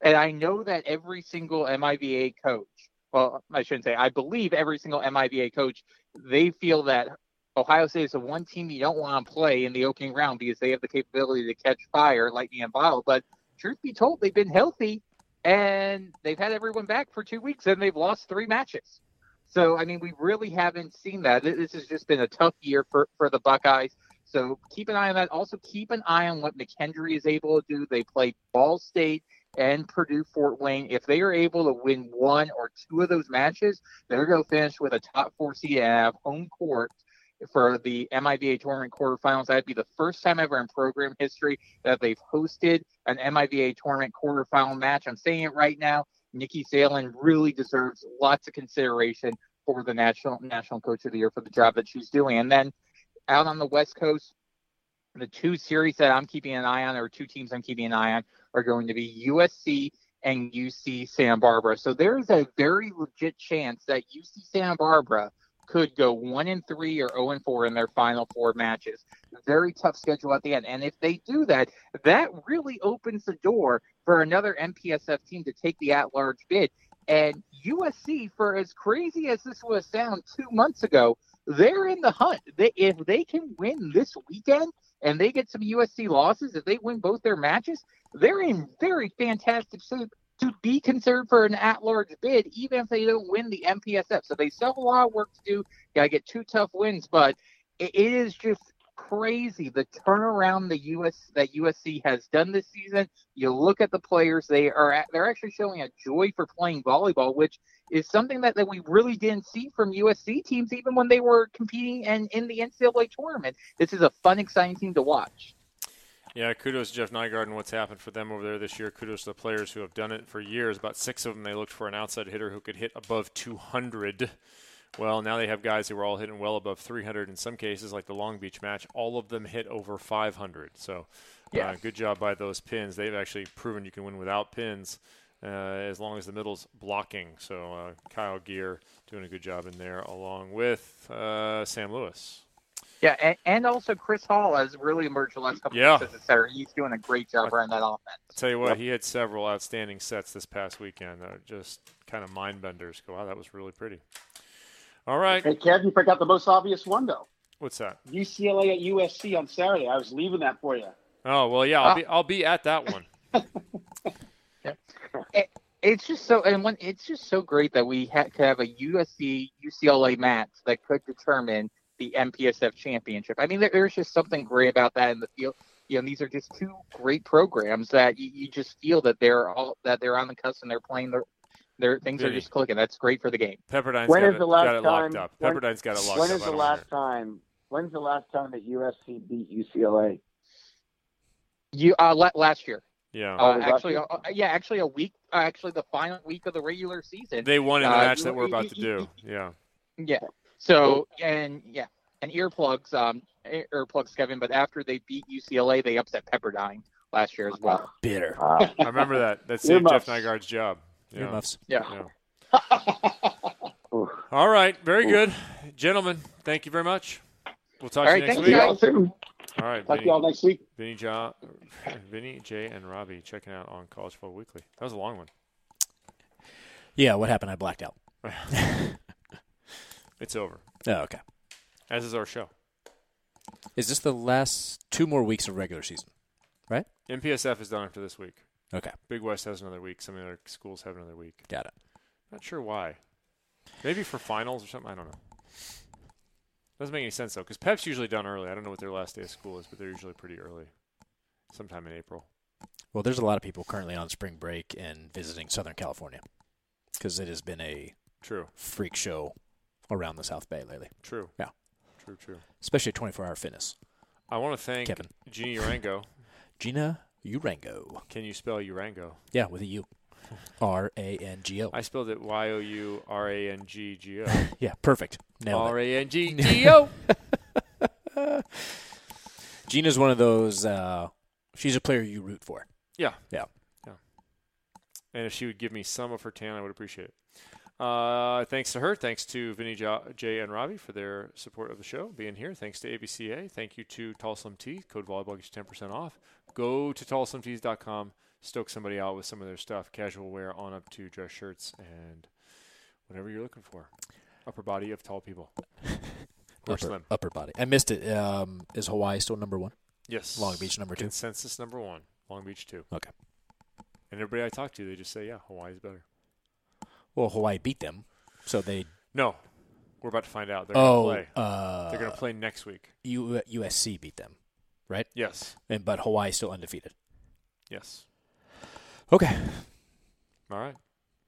And I know that every single MIVA coach, well, I shouldn't say, I believe every single MIVA coach, they feel that Ohio State is the one team you don't want to play in the opening round because they have the capability to catch fire, lightning, and bottle. But truth be told, they've been healthy and they've had everyone back for two weeks and they've lost three matches. So, I mean, we really haven't seen that. Th- This has just been a tough year for, for the Buckeyes. So keep an eye on that. Also, keep an eye on what McKendry is able to do. They play Ball State and Purdue Fort Wayne. If they are able to win one or two of those matches, they're going to finish with a top four seed and have home court for the MIVA tournament quarterfinals. That'd be the first time ever in program history that they've hosted an MIVA tournament quarterfinal match. I'm saying it right now. Nikki Salen really deserves lots of consideration for the national national coach of the year for the job that she's doing. And then out on the West Coast, the two series that I'm keeping an eye on, or two teams I'm keeping an eye on, are going to be USC and UC Santa Barbara. So there is a very legit chance that UC Santa Barbara could go one and three or zero and four in their final four matches. Very tough schedule at the end, and if they do that, that really opens the door for another MPSF team to take the at-large bid. And USC, for as crazy as this would have sound two months ago, they're in the hunt. They, if they can win this weekend and they get some USC losses, if they win both their matches, they're in very fantastic shape to be considered for an at-large bid, even if they don't win the MPSF. So they still have a lot of work to do. Got to get two tough wins, but it, it is just crazy the turnaround the US that USC has done this season. You look at the players; they are at, they're actually showing a joy for playing volleyball, which is something that, that we really didn't see from USC teams, even when they were competing and in the NCAA tournament. This is a fun, exciting team to watch. Yeah, kudos to Jeff Nygaard and what's happened for them over there this year. Kudos to the players who have done it for years. About six of them, they looked for an outside hitter who could hit above 200. Well, now they have guys who are all hitting well above 300 in some cases, like the Long Beach match. All of them hit over 500. So, uh, Yeah. good job by those pins. They've actually proven you can win without pins uh, as long as the middle's blocking. So, uh, Kyle Gear doing a good job in there, along with uh, Sam Lewis. Yeah, and, and also Chris Hall has really emerged the last couple Yeah. of weeks as a center. He's doing a great job running that offense. I'll tell you what, he had several outstanding sets this past weekend that are just kind of mind benders. Go, wow, that was really pretty. All [laughs] right. Hey, Kev, you forgot the most obvious one though. What's that? UCLA at USC on Saturday. I was leaving that for you. Oh well, yeah, I'll be I'll be at that one. It, it's just so, and when it's just so great that we ha- could have a USC UCLA match that could determine the MPSF championship. I mean, there, there's just something great about that in the field. You know, these are just two great programs that you, you just feel that they're all that they're on the cusp and they're playing their their things are Vinny. just clicking. That's great for the game. Pepperdine's When got, is it, the last got it locked time- up. when- Pepperdine's got it locked When up. is Oh, the I don't wanna hear last time? When's the last time that USC beat UCLA? You uh, la- last year. it. Yeah, Uh, actually, uh, yeah, actually a week. Uh, actually, the final week of the regular season. they won in the uh, match that you- we're about you- [laughs] to do. Yeah, Yeah. So and yeah, and earplugs, um, ear- earplugs, Kevin. But after they beat UCLA, they upset Pepperdine last year as well. Bitter. Uh, I remember that. That saved Jeff Earmuffs. Nygaard's job. Yeah. Earmuffs. Yeah. Yeah. All right, very good, gentlemen. Thank you very much. We'll talk All to right, you next thank week. you Y'all too. All right, Talk to Vinny, y'all next week. Vinny, ja, [coughs] Vinny, Jay, and Robbie checking out on College Football Weekly. That was a long one. Yeah, what happened? I blacked out. It's over, Oh, okay. as is our show. Is this the last two more weeks of regular season? MPSF is done after this week. Okay, Big West has another week. Some of the other schools have another week. got it. Not sure why. Maybe for finals or something. I don't know. Doesn't make any sense though, because Pep's usually done early. I don't know what their last day of school is, but they're usually pretty early, sometime in April. Well, there's a lot of people currently on spring break and visiting Southern California because it has been a True. freak show around the South Bay lately, True. Yeah. True. True. especially 24 Hour Fitness. I want to thank Kevin. Jeannie Urango. Gina Urango. Can you spell Urango? Yeah, with a U. [laughs] R A N G O. I spelled it Y O U R A N G G O. Yeah, perfect. Nailed R it. A N G [laughs] G O. Gina's one of those, uh, she's a player you root for. Yeah. Yeah. Yeah. And if she would give me some of her tan, I would appreciate it. Uh, thanks to her. Thanks to Vinny, Jo- Jay, and Robbie for their support of the show, being here. Thanks to ABCA. Thank you to Tulsum Tees. Code volleyball gets you 10% off. Go to tulsumtees.com. Stoke somebody out with some of their stuff. Casual wear on up to dress shirts and whatever you're looking for. Upper body of tall people. or [laughs] upper, slim. upper body. I missed it. Um, is Hawaii still number one? Yes. Long Beach number two? Consensus number one. Long Beach two. Okay. And everybody I talk to, they just say, yeah, Hawaii's better. Well, Hawaii beat them, so they. No, we're about to find out. They're oh, gonna play. uh, They're gonna play next week. U- USC beat them, Yes, and but Hawaii's still undefeated. yes. Okay, All right,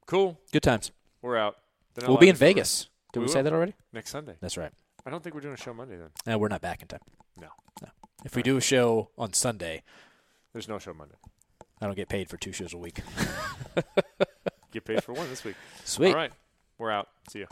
cool. good times. We're out. Then we'll I'll be have in it for Vegas. Did we, We say will. that already? next Sunday. That's right. I don't think we're doing a show Monday then. Uh, we're not back in time. No. no. If we do a show on Sunday, There's no show Monday. I don't get paid for two shows a week. Get paid for one this week. Sweet. All right, we're out. See ya.